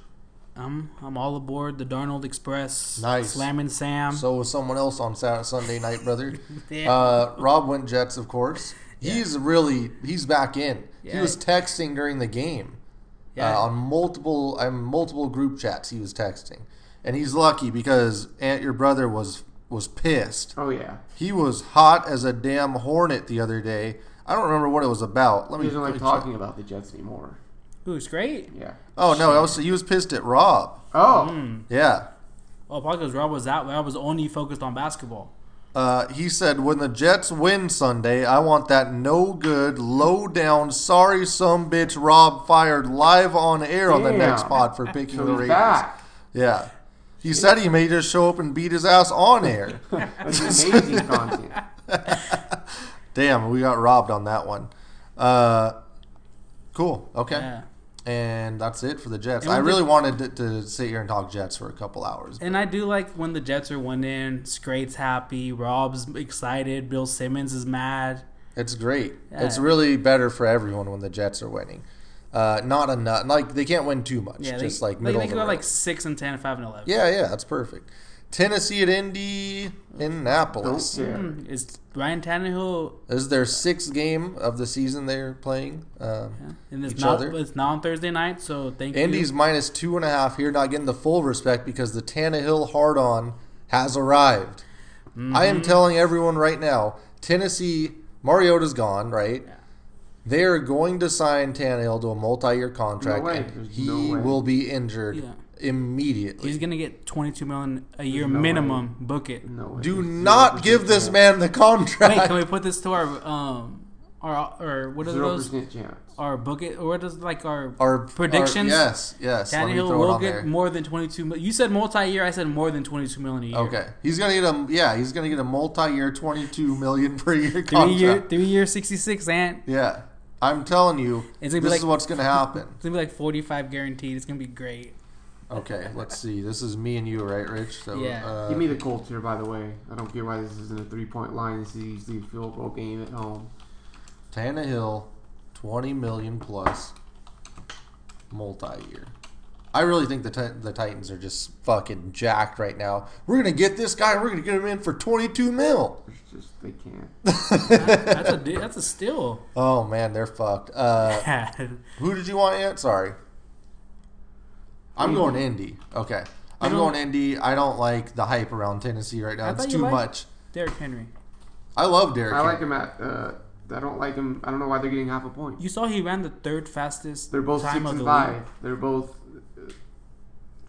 Speaker 3: I'm I'm all aboard the Darnold Express.
Speaker 1: Nice.
Speaker 3: Slamming Sam.
Speaker 1: So was someone else on Saturday, Sunday night, brother.
Speaker 3: Um, Yeah.
Speaker 1: Uh, Rob went Jets, of course.
Speaker 3: Yeah.
Speaker 1: He's really he's back in. He
Speaker 3: Yeah.
Speaker 1: was texting during the game
Speaker 3: yeah.
Speaker 1: uh, on multiple on multiple group chats. He was texting, and he's lucky because Aunt your brother was was pissed.
Speaker 2: Oh yeah,
Speaker 1: He was hot as a damn hornet the other day. I don't remember what it was about. Let
Speaker 2: he
Speaker 1: me.
Speaker 2: doesn't
Speaker 1: let
Speaker 2: like
Speaker 1: me
Speaker 2: talking
Speaker 1: check.
Speaker 2: about the Jets anymore.
Speaker 3: Who's great?
Speaker 2: Yeah.
Speaker 1: Oh no, that was, he was pissed at Rob.
Speaker 2: Oh,
Speaker 3: Mm.
Speaker 1: Yeah.
Speaker 3: Well, probably because Oh, Rob was out. Rob was only focused on basketball.
Speaker 1: Uh, he said, "When the Jets win Sunday, I want that no good, low down, sorry some bitch Rob fired live on air on the
Speaker 2: Damn.
Speaker 1: next pod for picking
Speaker 2: so
Speaker 1: the
Speaker 2: he's
Speaker 1: Ravens."
Speaker 2: back.
Speaker 1: Yeah, he said he may just show up and beat his ass on air.
Speaker 2: That's amazing content.
Speaker 1: Damn, we got robbed on that one. Uh, cool. Okay,
Speaker 3: Yeah.
Speaker 1: and that's it for the Jets.
Speaker 3: And
Speaker 1: I
Speaker 3: we
Speaker 1: really wanted to, to sit here and talk Jets for a couple hours.
Speaker 3: And I do like when the Jets are winning. Scrate's happy. Rob's excited. Bill Simmons is mad.
Speaker 1: It's great.
Speaker 3: Yeah.
Speaker 1: It's really better for everyone when the Jets are winning. Uh, not enough. Like they can't win too much.
Speaker 3: Yeah, they,
Speaker 1: just like
Speaker 3: they,
Speaker 1: middle
Speaker 3: they
Speaker 1: of the
Speaker 3: could go
Speaker 1: road.
Speaker 3: like six and 10, 5 and eleven.
Speaker 1: Yeah, yeah, that's perfect. Tennessee at Indy,
Speaker 2: Don't
Speaker 1: Indianapolis.
Speaker 2: care.
Speaker 3: Mm, Is Ryan Tannehill
Speaker 1: This is their sixth game of the season they're playing. Um,
Speaker 3: and it's
Speaker 1: Each
Speaker 3: not
Speaker 1: other.
Speaker 3: it's not on Thursday night, so thank
Speaker 1: Indy's
Speaker 3: you.
Speaker 1: minus two and a half here, not getting the full respect because the Tannehill hard on has arrived.
Speaker 3: Mm-hmm.
Speaker 1: I am telling everyone right now Tennessee, Mariota's gone, right?
Speaker 3: Yeah.
Speaker 1: They are going to sign Tannehill to a multi year contract,
Speaker 2: way.
Speaker 1: and
Speaker 2: There's
Speaker 1: he
Speaker 2: no way.
Speaker 1: will be injured
Speaker 3: Yeah.
Speaker 1: immediately.
Speaker 3: He's gonna get twenty two million a year
Speaker 2: no
Speaker 3: minimum. Book it.
Speaker 2: No way.
Speaker 1: Do
Speaker 2: There's
Speaker 1: not
Speaker 2: 0%
Speaker 1: give this
Speaker 2: chance.
Speaker 1: man the contract.
Speaker 3: Wait, can we put this to our um our or what are
Speaker 2: zero
Speaker 3: those
Speaker 2: percent chance.
Speaker 3: our book it or what is like our
Speaker 1: our
Speaker 3: Predictions?
Speaker 1: our- yes, yes. Let me
Speaker 3: Tannehill
Speaker 1: throw it
Speaker 3: will
Speaker 1: on
Speaker 3: get
Speaker 1: there.
Speaker 3: more than twenty two. You said multi year. I said more than twenty two million a year.
Speaker 1: Okay, he's gonna get a yeah. He's gonna get a multi-year, twenty-two million per year
Speaker 3: Three year,
Speaker 1: contract.
Speaker 3: three year, sixty six, and
Speaker 1: Yeah, I'm telling you,
Speaker 3: It's
Speaker 1: this
Speaker 3: gonna be
Speaker 1: is
Speaker 3: like-
Speaker 1: what's gonna happen.
Speaker 3: it's gonna be like forty five guaranteed. It's gonna be great.
Speaker 1: Okay, let's see. This is me and you, right, Rich? So,
Speaker 3: Yeah.
Speaker 1: uh,
Speaker 2: Give me the Colts here, by the way. I don't get why this isn't a three-point line. This is usually a field goal game at home.
Speaker 1: Tannehill, twenty million plus, multi-year. I really think the Ti- the Titans are just fucking jacked right now. We're gonna get this guy. We're gonna get him in for twenty-two mil.
Speaker 2: It's just they can't.
Speaker 3: That's a di- that's a steal.
Speaker 1: Oh man, they're fucked. Uh, Who did you want, Ant? Sorry. I'm
Speaker 2: Indy.
Speaker 1: going Indy. Okay. I'm
Speaker 3: don't-
Speaker 1: going Indy. I don't like the hype around Tennessee right now.
Speaker 3: I
Speaker 1: It's
Speaker 3: thought you
Speaker 1: too
Speaker 3: liked-
Speaker 1: much.
Speaker 3: Derrick Henry.
Speaker 1: I love Derrick.
Speaker 2: I like
Speaker 1: Henry.
Speaker 2: them at. Uh, I don't like them. I don't know why they're getting half a point.
Speaker 3: You saw he ran the third fastest.
Speaker 2: They're both
Speaker 3: time
Speaker 2: six
Speaker 3: of
Speaker 2: and
Speaker 3: the
Speaker 2: five.
Speaker 3: league.
Speaker 2: They're both uh,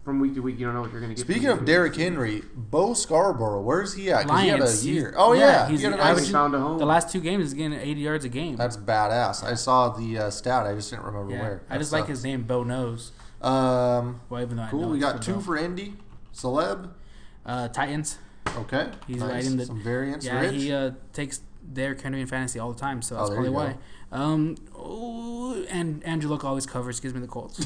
Speaker 2: from week to week. You don't know what you're going to get.
Speaker 1: Speaking
Speaker 2: from
Speaker 1: of
Speaker 2: them.
Speaker 1: Derrick Henry, Bo Scarborough, where's he at? 'Cause
Speaker 3: Lions.
Speaker 1: He had a
Speaker 3: He's-
Speaker 1: year. Oh,
Speaker 3: yeah,
Speaker 1: yeah.
Speaker 3: he's
Speaker 1: He had a
Speaker 3: the
Speaker 1: nice-
Speaker 2: I just found a home.
Speaker 3: The last two games, he's getting 80 yards a game.
Speaker 1: That's badass. I saw the uh, stat. I just didn't remember
Speaker 3: yeah.
Speaker 1: where.
Speaker 3: I just like his name, Bo knows.
Speaker 1: his. Um,
Speaker 3: Well, even though I
Speaker 1: cool.
Speaker 3: know
Speaker 1: We
Speaker 3: it's
Speaker 1: got two
Speaker 3: Bo.
Speaker 1: for Indy. Celeb.
Speaker 3: uh, Titans.
Speaker 1: Okay.
Speaker 3: He's riding the-
Speaker 1: Some variants.
Speaker 3: Yeah,
Speaker 1: Rich.
Speaker 3: he uh, takes Derrick Henry in fantasy all the time, so
Speaker 1: Oh,
Speaker 3: that's
Speaker 1: there
Speaker 3: probably
Speaker 1: you
Speaker 3: why.
Speaker 1: go.
Speaker 3: Um, oh, and Andrew Luck always covers. Gives me the Colts.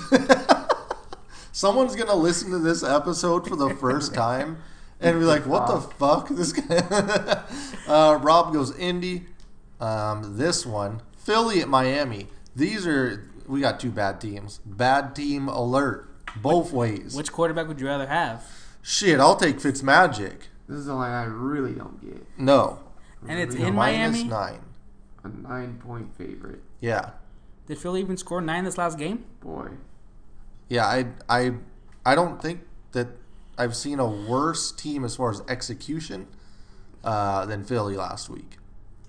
Speaker 1: Someone's gonna listen to this episode for the first time and be like, "What the fuck?" This guy. uh, Rob goes Indy. Um, this one, Philly at Miami. These are we got two bad teams. Bad team alert both ways.
Speaker 3: Which quarterback would you rather have?
Speaker 1: Shit, I'll take Fitzmagic.
Speaker 2: this is a line I really don't get.
Speaker 1: No,
Speaker 3: And it's
Speaker 1: Minus
Speaker 3: in Miami.
Speaker 1: nine.
Speaker 2: A nine-point favorite.
Speaker 1: Yeah,
Speaker 3: Did Philly even score nine this last game?
Speaker 2: Boy,
Speaker 1: yeah. I I I don't think that I've seen a worse team as far as execution uh, than Philly last week.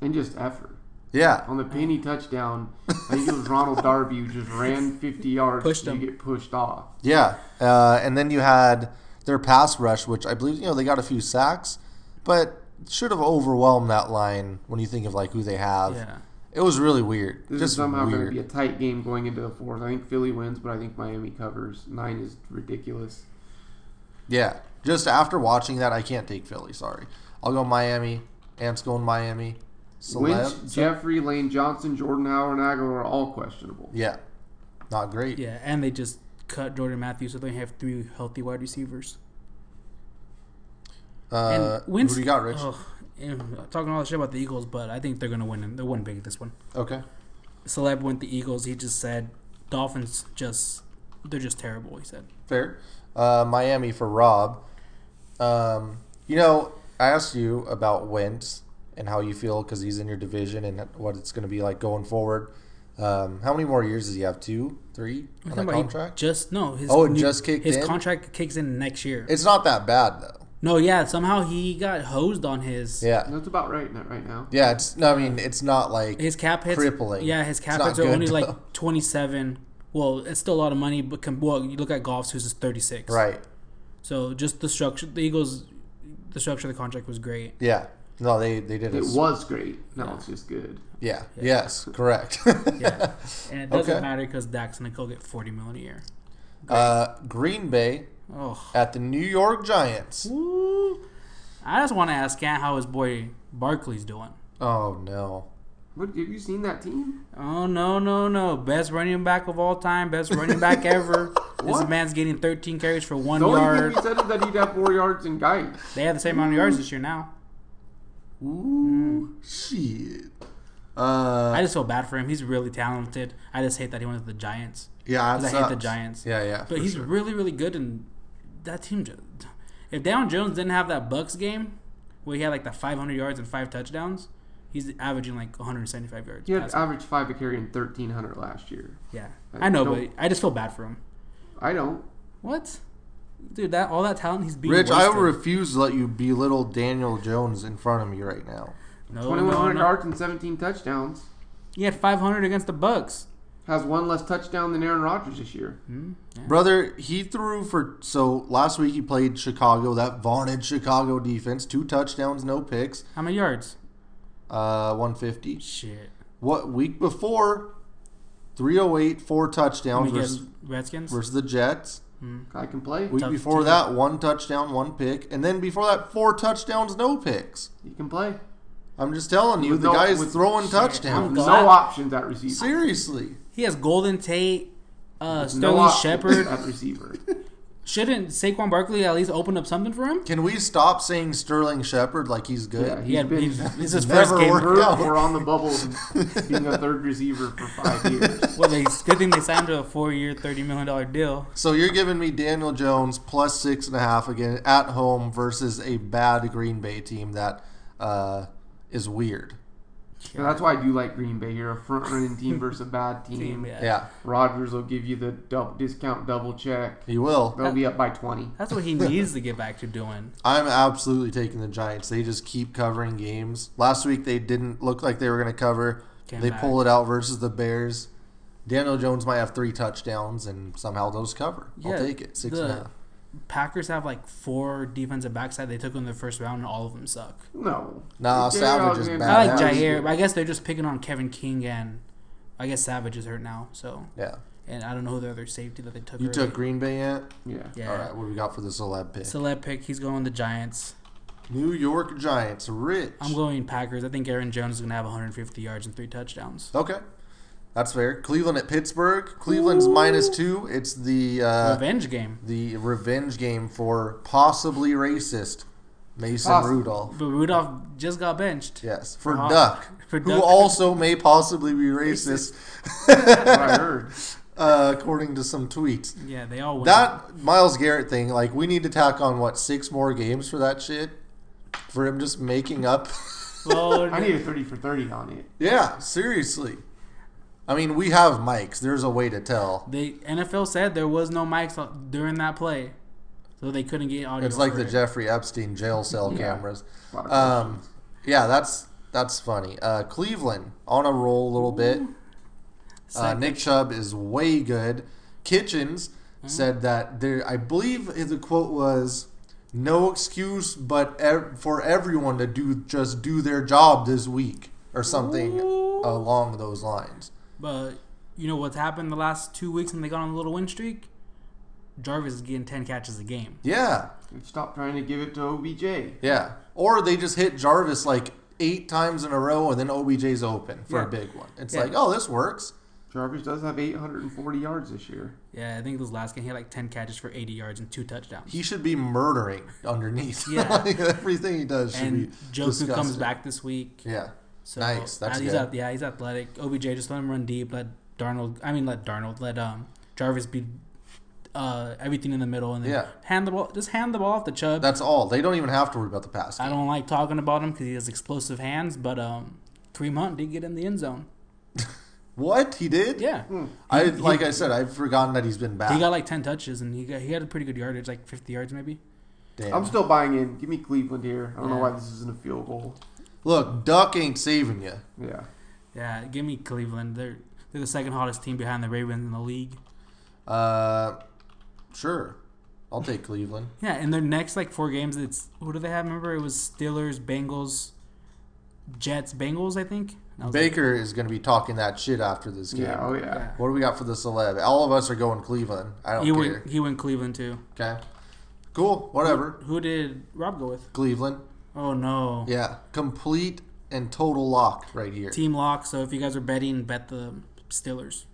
Speaker 2: and just effort.
Speaker 1: Yeah,
Speaker 2: On the penny touchdown, I think it was Ronald Darby who just ran 50 yards.
Speaker 3: Pushed
Speaker 2: you
Speaker 3: him.
Speaker 2: get pushed off.
Speaker 1: yeah. Uh, and then you had their pass rush, which I believe you know they got a few sacks, but should have overwhelmed that line when you think of like who they have.
Speaker 3: Yeah.
Speaker 1: It was really weird.
Speaker 2: This
Speaker 1: Just
Speaker 2: is somehow going to
Speaker 1: weird.
Speaker 2: be a tight game going into the fourth. I think Philly wins, but I think Miami covers. Nine is ridiculous.
Speaker 1: Yeah. Just after watching that, I can't take Philly. Sorry. I'll go Miami. Ant's going Miami.
Speaker 2: Lynch,
Speaker 1: Celeb.
Speaker 2: Jeffrey, Lane Johnson, Jordan Howard, and Aguilar are all questionable.
Speaker 1: Yeah. Not great.
Speaker 3: Yeah, and they just cut Jordan Matthews, so they have three healthy wide receivers.
Speaker 1: Uh,
Speaker 3: and
Speaker 1: who
Speaker 3: Winston,
Speaker 1: do you got, Rich?
Speaker 3: Oh, yeah, talking all the shit about the Eagles, but I think they're gonna win. and They'll win big this one.
Speaker 1: Okay.
Speaker 3: Celeb went the Eagles. He just said Dolphins just they're just terrible. He said
Speaker 1: Fair. Uh, Miami for Rob. Um, you know, I asked you about Wentz and how you feel because he's in your division and what it's going to be like going forward. Um, how many more years does he have? Two, three on that
Speaker 3: Somebody
Speaker 1: contract?
Speaker 3: Just no. His
Speaker 1: Oh, it just kicked
Speaker 3: His
Speaker 1: in?
Speaker 3: contract kicks in next year.
Speaker 1: It's not that bad though.
Speaker 3: no, yeah. Somehow he got hosed on his
Speaker 1: Yeah.
Speaker 2: That's about right now. Right now.
Speaker 1: Yeah. It's. No, I mean, it's not like.
Speaker 3: his cap hits.
Speaker 1: Crippling.
Speaker 3: Yeah, his cap
Speaker 1: It's not
Speaker 3: hits are
Speaker 1: good,
Speaker 3: only
Speaker 1: though.
Speaker 3: like twenty seven. Well, it's still a lot of money, but com- well, you look at Goff's, who's just thirty six.
Speaker 1: right.
Speaker 3: So just the structure, the Eagles, the structure of the contract was great.
Speaker 1: Yeah. No, they they did
Speaker 2: It
Speaker 1: it.
Speaker 2: was great. Now it's just good.
Speaker 1: Yeah. Yes. Correct.
Speaker 3: Yeah, and it doesn't
Speaker 1: Okay.
Speaker 3: matter because Dax and Nicole get forty million a year.
Speaker 1: uh, Green Bay
Speaker 3: Oh,
Speaker 1: at the New York Giants.
Speaker 3: Woo. I just want to ask Ant how his boy Barkley's doing.
Speaker 1: Oh no.
Speaker 2: What have you seen that team?
Speaker 3: Oh no no no! Best running back of all time, best running back ever. This
Speaker 2: What?
Speaker 3: man's getting 13 carries for one
Speaker 2: The only thing
Speaker 3: yard.
Speaker 2: we said is that he'd have four yards and guys.
Speaker 3: They have the same amount of yards this year now.
Speaker 1: Ooh. Shit. Uh.
Speaker 3: I just feel bad for him. He's really talented. I just hate that he went to the Giants.
Speaker 1: Yeah.
Speaker 3: 'Cause
Speaker 1: that
Speaker 3: I hate the
Speaker 1: sucks.
Speaker 3: Giants.
Speaker 1: Yeah. Yeah.
Speaker 3: But he's really, really good, and that team. ju- If Down Jones didn't have that Bucks game, where he had like the 500 yards and five touchdowns, he's averaging like 175 yards.
Speaker 2: He had
Speaker 3: passing.
Speaker 2: average five a carry and thirteen hundred last year.
Speaker 3: yeah,
Speaker 2: I
Speaker 3: I know, but
Speaker 2: don't-
Speaker 3: I just feel bad for him.
Speaker 2: I don't.
Speaker 3: What, dude? That all that talent he's being
Speaker 1: Rich, I
Speaker 3: wasted.
Speaker 1: refuse to let you belittle Daniel Jones in front of me right now.
Speaker 3: Oh, no,
Speaker 2: Twenty one
Speaker 3: no,
Speaker 2: hundred
Speaker 3: no.
Speaker 2: yards and seventeen touchdowns.
Speaker 3: He had 500 against the Bucks. Hmm?
Speaker 2: Has one less touchdown than Aaron Rodgers this year.
Speaker 1: Brother, he threw for so last week he played Chicago, that vaunted Chicago defense, two touchdowns, no picks,
Speaker 3: How many yards?
Speaker 1: uh 150.
Speaker 3: Shit.
Speaker 1: What week before 308 four
Speaker 3: Let
Speaker 1: touchdowns
Speaker 3: me guess.
Speaker 1: versus
Speaker 3: Redskins.
Speaker 1: versus the Jets.
Speaker 3: Hmm.
Speaker 2: I can play.
Speaker 1: Week
Speaker 3: Tough
Speaker 1: before
Speaker 3: team.
Speaker 1: that, one touchdown, one pick, and then before that, four touchdowns, no picks.
Speaker 2: He can play.
Speaker 1: I'm just telling you,
Speaker 2: With
Speaker 1: the
Speaker 2: no-
Speaker 1: guy's
Speaker 2: with-
Speaker 1: throwing
Speaker 2: shit,
Speaker 1: touchdowns.
Speaker 3: I'm
Speaker 2: No
Speaker 3: glad-
Speaker 2: options at receiver.
Speaker 1: Seriously,
Speaker 3: He has Golden Tate, uh, Sterling
Speaker 2: No options
Speaker 3: Shepard.
Speaker 2: at receiver.
Speaker 3: Shouldn't Saquon Barkley at least open up something for him?
Speaker 1: can we stop saying Sterling Shepard like he's good?
Speaker 2: Yeah, he's
Speaker 3: Yeah,
Speaker 2: been
Speaker 3: he's- this is his
Speaker 1: Never
Speaker 3: first game.
Speaker 1: worked
Speaker 2: hurt
Speaker 1: out.
Speaker 2: or on the bubble of being a third receiver for five years.
Speaker 3: Well, they, it's good thing they signed to a four-year, thirty million dollar deal.
Speaker 1: So you're giving me Daniel Jones plus six and a half again at home versus a bad Green Bay team that uh, is weird.
Speaker 2: And that's why I do like Green Bay here. A front running team versus a bad team.
Speaker 3: Team,
Speaker 2: Rodgers
Speaker 3: yeah.
Speaker 1: Yeah,
Speaker 2: will give you the dou- discount double check.
Speaker 1: he will.
Speaker 2: They'll be up by 20.
Speaker 3: That's what he needs to get back to doing.
Speaker 1: I'm absolutely taking the Giants. They just keep covering games. Last week they didn't look like they were going to cover.
Speaker 3: Came
Speaker 1: they
Speaker 3: back.
Speaker 1: pull it out versus the Bears. Daniel Jones might have three touchdowns and somehow those cover.
Speaker 3: Yeah,
Speaker 1: I'll take it. Six and a
Speaker 3: the-
Speaker 1: half.
Speaker 3: Packers have like four defensive backs that they took in the first round, and all of them suck.
Speaker 2: No.
Speaker 1: Nah,
Speaker 2: Jair
Speaker 1: Savage is
Speaker 2: Alexander-
Speaker 1: bad.
Speaker 3: I
Speaker 1: Yeah,
Speaker 3: like
Speaker 1: that was
Speaker 3: Jair, but I guess they're just picking on Kevin King and I guess Savage is hurt now. So
Speaker 1: Yeah.
Speaker 3: and I don't know who the other safety that they took.
Speaker 1: You
Speaker 3: early.
Speaker 1: took Green Bay in?
Speaker 2: Yeah.
Speaker 3: yeah.
Speaker 1: All right, what do we got for the celeb pick?
Speaker 3: Celeb pick. He's going the Giants.
Speaker 1: New York Giants. Rich.
Speaker 3: I'm going Packers. I think Aaron Jones is going to have 150 yards and three touchdowns.
Speaker 1: Okay. That's fair. Cleveland at Pittsburgh. Cleveland's minus two. It's the uh,
Speaker 3: Revenge game.
Speaker 1: the revenge game for possibly racist Mason
Speaker 2: Poss-
Speaker 1: Rudolph.
Speaker 3: But Rudolph just got benched.
Speaker 1: Yes, for
Speaker 3: Uh,
Speaker 1: Duck,
Speaker 3: for
Speaker 1: who
Speaker 3: Duck.
Speaker 1: also may possibly be racist,
Speaker 2: That's what I heard.
Speaker 1: uh, according to some tweets.
Speaker 3: Yeah, they all went.
Speaker 1: That Miles Garrett thing, like we need to tack on what six more games for that shit, for him just making up.
Speaker 3: Well,
Speaker 2: I need a 30 for 30 on it.
Speaker 1: yeah, seriously. I mean, we have mics. There's a way to tell.
Speaker 3: the NFL said there was no mics during that play. so they couldn't get audio.
Speaker 1: It's like
Speaker 3: for
Speaker 1: the
Speaker 3: it.
Speaker 1: Jeffrey Epstein jail cell
Speaker 2: Yeah.
Speaker 1: cameras.
Speaker 2: A lot of
Speaker 1: Um,
Speaker 2: questions.
Speaker 1: yeah, that's that's funny. Uh, Cleveland on a roll a little bit. Uh,
Speaker 3: Second-
Speaker 1: Nick Chubb is way good. Kitchens said that there. I believe the quote was, "No excuse, but ev- for everyone to do just do their job this week or something along those lines."
Speaker 3: But you know what's happened the last two weeks when they got on a little win streak? Jarvis is getting ten catches a game.
Speaker 1: Yeah,
Speaker 2: Stop trying to give it to OBJ.
Speaker 1: yeah. Or they just hit Jarvis like eight times in a row, and then OBJ's open for
Speaker 3: Yeah.
Speaker 1: a big one. It's
Speaker 3: Yeah.
Speaker 1: like, oh, this works.
Speaker 2: Jarvis does have 840 yards this year.
Speaker 3: Yeah, I think this last game he had like ten catches for eighty yards and two touchdowns.
Speaker 1: He should be murdering underneath.
Speaker 3: Yeah.
Speaker 1: Like, everything he does should
Speaker 3: and
Speaker 1: be.
Speaker 3: Joku comes
Speaker 1: disgusted.
Speaker 3: back this week.
Speaker 1: Yeah.
Speaker 3: So
Speaker 1: Nice, that's
Speaker 3: uh, he's
Speaker 1: good.
Speaker 3: out, yeah, he's athletic. OBJ just let him run deep. Let Darnold. I mean, let Darnold. Let um Jarvis be uh everything in the middle, and then
Speaker 1: Yeah.
Speaker 3: hand the ball. Just hand the ball off to Chubb.
Speaker 1: That's all. They don't even have to worry about the pass.
Speaker 3: I
Speaker 1: game.
Speaker 3: don't like talking about him because he has explosive hands, but um, Kareem Hunt did get in the end zone.
Speaker 1: What he did?
Speaker 3: Yeah,
Speaker 1: I like I said, I've forgotten that he's been back.
Speaker 3: he got like ten touches, and he got he had a pretty good yardage, like fifty yards maybe.
Speaker 1: Damn.
Speaker 2: I'm still buying in. Give me Cleveland here. I don't know
Speaker 3: Yeah.
Speaker 2: why this isn't a field goal.
Speaker 1: Look, Duck ain't saving you.
Speaker 2: Yeah.
Speaker 3: Yeah, give me Cleveland. They're they're the second hottest team behind the Ravens in the league.
Speaker 1: Uh, sure, I'll take Cleveland.
Speaker 3: Yeah, and their next like four games, it's who do they have? Remember, it was Steelers, Bengals, Jets, Bengals. I think. And I was like,
Speaker 1: Baker is going to be talking that shit after this game.
Speaker 2: Yeah. Oh, yeah.
Speaker 3: yeah.
Speaker 1: What do we got for the celeb? All of us are going Cleveland. I don't
Speaker 3: He
Speaker 1: care.
Speaker 3: went. He went Cleveland too.
Speaker 1: Okay, cool, whatever.
Speaker 3: Who did Rob go with?
Speaker 1: Cleveland.
Speaker 3: Oh no,
Speaker 1: Yeah, complete and total lock right here.
Speaker 3: team lock. So if you guys are betting, bet the Steelers.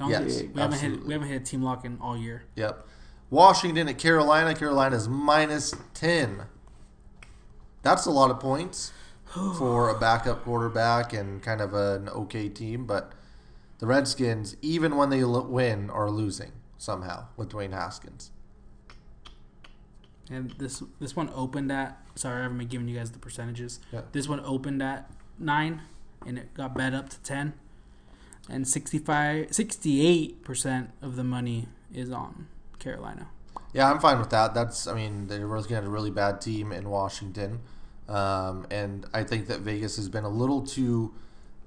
Speaker 3: Don't-
Speaker 1: Yes,
Speaker 3: we haven't hit.
Speaker 1: absolutely.
Speaker 3: We haven't hit a team lock in all year.
Speaker 1: Yep. Washington at Carolina. Carolina's minus 10. That's a lot of points for a backup quarterback and kind of an okay team, but the Redskins, even when they lo- win, are losing somehow with Dwayne Haskins.
Speaker 3: And this this one opened at sorry, I haven't been giving you guys the percentages.
Speaker 1: Yeah.
Speaker 3: This one opened at nine, and it got bet up to ten, and 68 percent of the money is on Carolina.
Speaker 1: Yeah, I'm fine with that. That's, I mean, they're looking at a really bad team in Washington. Um, and I think that Vegas has been a little too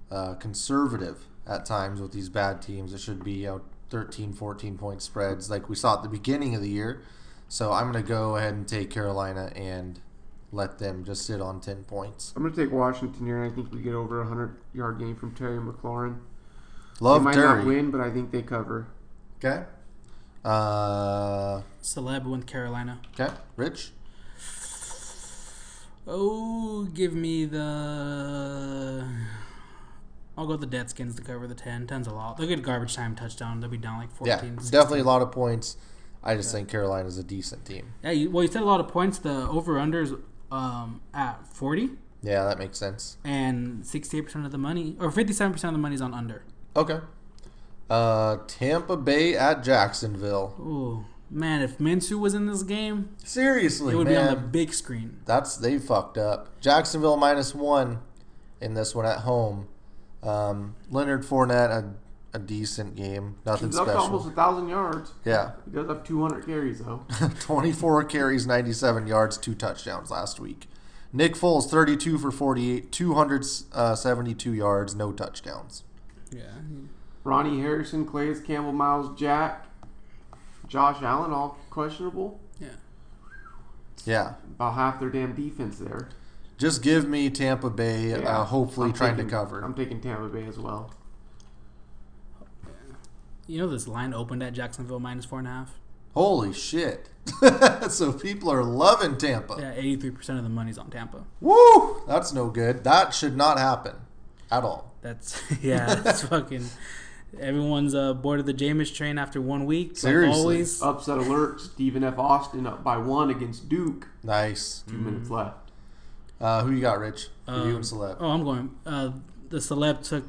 Speaker 1: uh, conservative at times with these bad teams. It should be you know, 13, 14 point spreads like we saw at the beginning of the year. So I'm going to go ahead and take Carolina and let them just sit on 10 points.
Speaker 2: I'm going to take Washington here, and I think we get over a 100 yard game from Terry McLaurin. they
Speaker 1: Love
Speaker 2: might not
Speaker 1: Terry.
Speaker 2: win, but I think they cover.
Speaker 1: Okay. Uh,
Speaker 3: Celeb went Carolina.
Speaker 1: okay. Rich?
Speaker 3: Oh, give me the. I'll go with the Deadskins to cover the 10. 10's a lot. They'll get a garbage time touchdown. They'll be down like 14.
Speaker 1: Yeah,
Speaker 3: 16.
Speaker 1: definitely a lot of points. I just think Carolina's a decent team.
Speaker 3: Yeah, you, well, you said a lot of points. The over-under is um, at 40.
Speaker 1: Yeah, that makes sense.
Speaker 3: and 68% of the money or 57% of the money is on under.
Speaker 1: Okay. Uh, Tampa Bay at Jacksonville.
Speaker 3: Oh, man, if Minshew was in this game,
Speaker 1: Seriously,
Speaker 3: it would
Speaker 1: man.
Speaker 3: be on the big screen.
Speaker 1: That's they fucked up. Jacksonville minus one in this one at home. Um, Leonard Fournette a, a decent game, nothing
Speaker 2: He's up to almost
Speaker 1: special.
Speaker 2: 1,000 yards.
Speaker 1: Yeah,
Speaker 2: He does have 200 carries, though.
Speaker 1: 24 carries, 97 yards, two touchdowns last week. Nick Foles 32 for 48, 272 uh, yards, no touchdowns.
Speaker 3: Yeah.
Speaker 2: Ronnie Harrison, Clay's Campbell, Miles Jack, Josh Allen, all questionable.
Speaker 3: Yeah.
Speaker 1: Yeah,
Speaker 2: About half their damn defense there.
Speaker 1: just give me Tampa Bay.
Speaker 2: Yeah.
Speaker 1: Uh, hopefully,
Speaker 2: I'm
Speaker 1: trying
Speaker 2: taking-
Speaker 1: to cover.
Speaker 2: I'm taking Tampa Bay as well.
Speaker 3: You know, this line opened at Jacksonville minus four and a half.
Speaker 1: Holy shit. so people are loving Tampa.
Speaker 3: Yeah, 83% of the money's on Tampa.
Speaker 1: Woo! That's no good. That should not happen at all.
Speaker 3: That's, yeah, that's fucking. Everyone's uh, board of the Jameis train after one week. Seriously.
Speaker 1: Seriously.
Speaker 3: Always.
Speaker 2: Upset alert, Stephen F. Austin up by one against Duke.
Speaker 1: Nice.
Speaker 2: Two minutes left.
Speaker 1: Uh, who you got, Rich? Who you
Speaker 3: Um,
Speaker 1: and Celeb?
Speaker 3: Oh, I'm going. Uh, the celeb took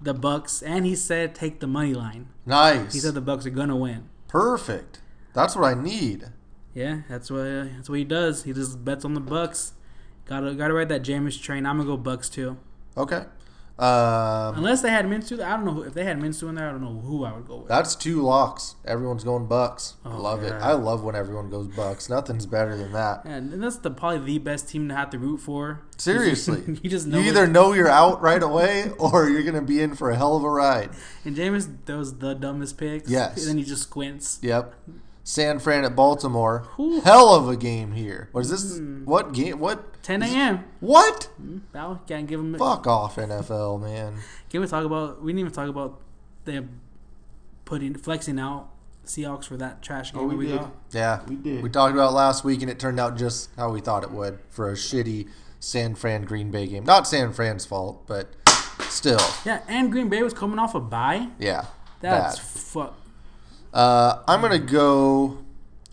Speaker 3: the Bucks, and he said take the money line.
Speaker 1: Nice.
Speaker 3: He said the Bucks are gonna win.
Speaker 1: Perfect. That's what I need.
Speaker 3: Yeah, that's what that's what he does. He just bets on the Bucks. Gotta gotta ride that Jameis train. I'm gonna go Bucks too.
Speaker 1: Okay. Um,
Speaker 3: Unless they had Minshew, I don't know who, if they had Minshew in there. I don't know who I would go with.
Speaker 1: that's two locks. Everyone's going Bucks. I
Speaker 3: Oh,
Speaker 1: love it.
Speaker 3: yeah.
Speaker 1: I love when everyone goes Bucks. Nothing's better than that.
Speaker 3: and and that's the probably the best team to have to root for.
Speaker 1: Seriously.
Speaker 3: you just know.
Speaker 1: You either know you're out right away or you're going to be in for a hell of a ride.
Speaker 3: and Jameis does the dumbest picks.
Speaker 1: Yes.
Speaker 3: and then he just squints.
Speaker 1: Yep. San Fran at Baltimore.
Speaker 3: Ooh.
Speaker 1: Hell of a game here. What is this?
Speaker 2: Hmm.
Speaker 1: What game? What?
Speaker 3: 10 a.m.
Speaker 1: What?
Speaker 3: Now can't give him.
Speaker 1: Fuck off, NFL, man.
Speaker 3: Can we talk about? We didn't even talk about them putting flexing out Seahawks for that trash game.
Speaker 2: Oh, we,
Speaker 3: that
Speaker 2: did.
Speaker 3: got.
Speaker 1: Yeah.
Speaker 2: We did.
Speaker 1: We talked about it last week, and it turned out just how we thought it would for a shitty San Fran Green Bay game. Not San Fran's fault, but still,
Speaker 3: Yeah, and Green Bay was coming off a bye.
Speaker 1: yeah.
Speaker 3: That's
Speaker 1: bad.
Speaker 3: fuck.
Speaker 1: Uh, I'm gonna go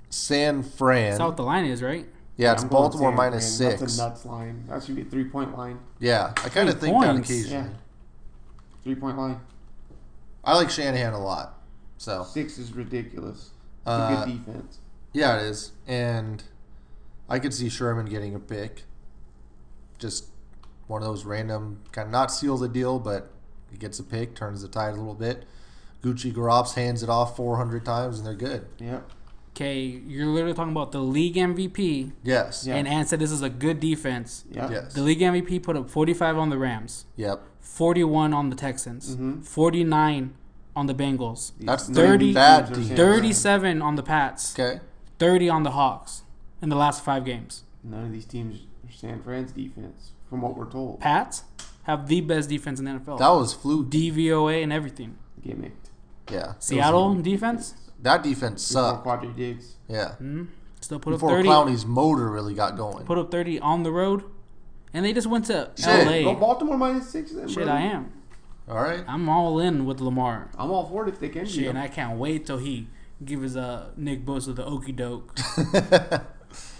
Speaker 1: San Fran.
Speaker 3: That's how the line is, right?
Speaker 1: yeah, it's
Speaker 2: I'm going
Speaker 1: Baltimore
Speaker 2: San
Speaker 1: minus
Speaker 2: Fran. That's
Speaker 1: six.
Speaker 2: a nuts line. That should be a three point line.
Speaker 1: Yeah, I kind of
Speaker 3: Three
Speaker 1: think that
Speaker 3: points.
Speaker 1: occasionally.
Speaker 2: Yeah. Three point line.
Speaker 1: I like Shanahan a lot, so
Speaker 2: Six is ridiculous. It's
Speaker 1: Oh. Uh,
Speaker 2: a good defense.
Speaker 1: yeah, it is. And I could see Sherman getting a pick. Just one of those random kind of not seal the deal, but he gets a pick, turns the tide a little bit. Gucci Garops hands it off 400 times, and they're good.
Speaker 2: Yep.
Speaker 3: Okay, you're literally talking about the league MVP,
Speaker 1: Yes.
Speaker 2: Yeah.
Speaker 3: and Ann said this is a good defense.
Speaker 2: Yep.
Speaker 1: Yes.
Speaker 3: The league MVP put up 45 on the Rams,
Speaker 1: Yep.
Speaker 3: 41 on the Texans,
Speaker 1: Mm-hmm.
Speaker 3: 49 on the Bengals,
Speaker 2: These
Speaker 1: That's
Speaker 2: nine
Speaker 3: thirty-
Speaker 2: teams
Speaker 1: bad
Speaker 2: are
Speaker 1: defense.
Speaker 2: San Fran.
Speaker 3: 37 on the Pats,
Speaker 1: Okay.
Speaker 3: 30 on the Hawks in the last five games.
Speaker 2: None of these teams are San Fran's defense, from what we're told.
Speaker 3: Pats have the best defense in the NFL.
Speaker 1: That was fluke.
Speaker 3: DVOA and everything.
Speaker 2: Gimmicked.
Speaker 1: Yeah.
Speaker 3: Seattle defense
Speaker 1: That defense
Speaker 2: Before
Speaker 1: sucked.
Speaker 2: Quadri Diggs.
Speaker 1: Yeah.
Speaker 3: Mm-hmm. still put up
Speaker 1: Before
Speaker 3: 30.
Speaker 1: Clowney's motor really got going.
Speaker 3: Put up 30 on the road, and they just went to
Speaker 1: Shit.
Speaker 2: Go
Speaker 3: LA.
Speaker 2: Baltimore minus six then,
Speaker 3: Shit,
Speaker 2: brother.
Speaker 3: I am.
Speaker 1: All right.
Speaker 3: I'm all in with Lamar.
Speaker 2: I'm all for it if they can
Speaker 3: Shit,
Speaker 2: be.
Speaker 3: and I can't wait till he gives uh, Nick Bosa the okey doke.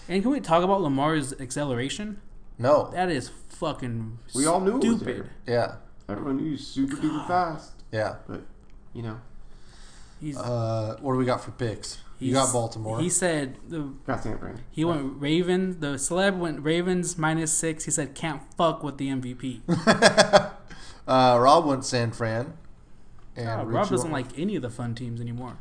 Speaker 3: and can we talk about Lamar's acceleration?
Speaker 1: no.
Speaker 3: That is fucking
Speaker 2: We all knew it was
Speaker 3: stupid.
Speaker 2: there.
Speaker 1: Yeah.
Speaker 2: Everyone knew he's super duper fast.
Speaker 1: Yeah.
Speaker 2: But, you know,
Speaker 3: He's,
Speaker 1: Uh, what do we got for picks? You
Speaker 3: he's-
Speaker 1: got Baltimore.
Speaker 3: He said the
Speaker 2: got San Fran.
Speaker 3: He went Ravens. The celeb went Ravens minus six. He said, "Can't fuck with the MVP."
Speaker 1: uh, Rob went San Fran. And
Speaker 3: Oh,
Speaker 1: Richie
Speaker 3: Rob doesn't
Speaker 1: went-
Speaker 3: like any of the fun teams anymore.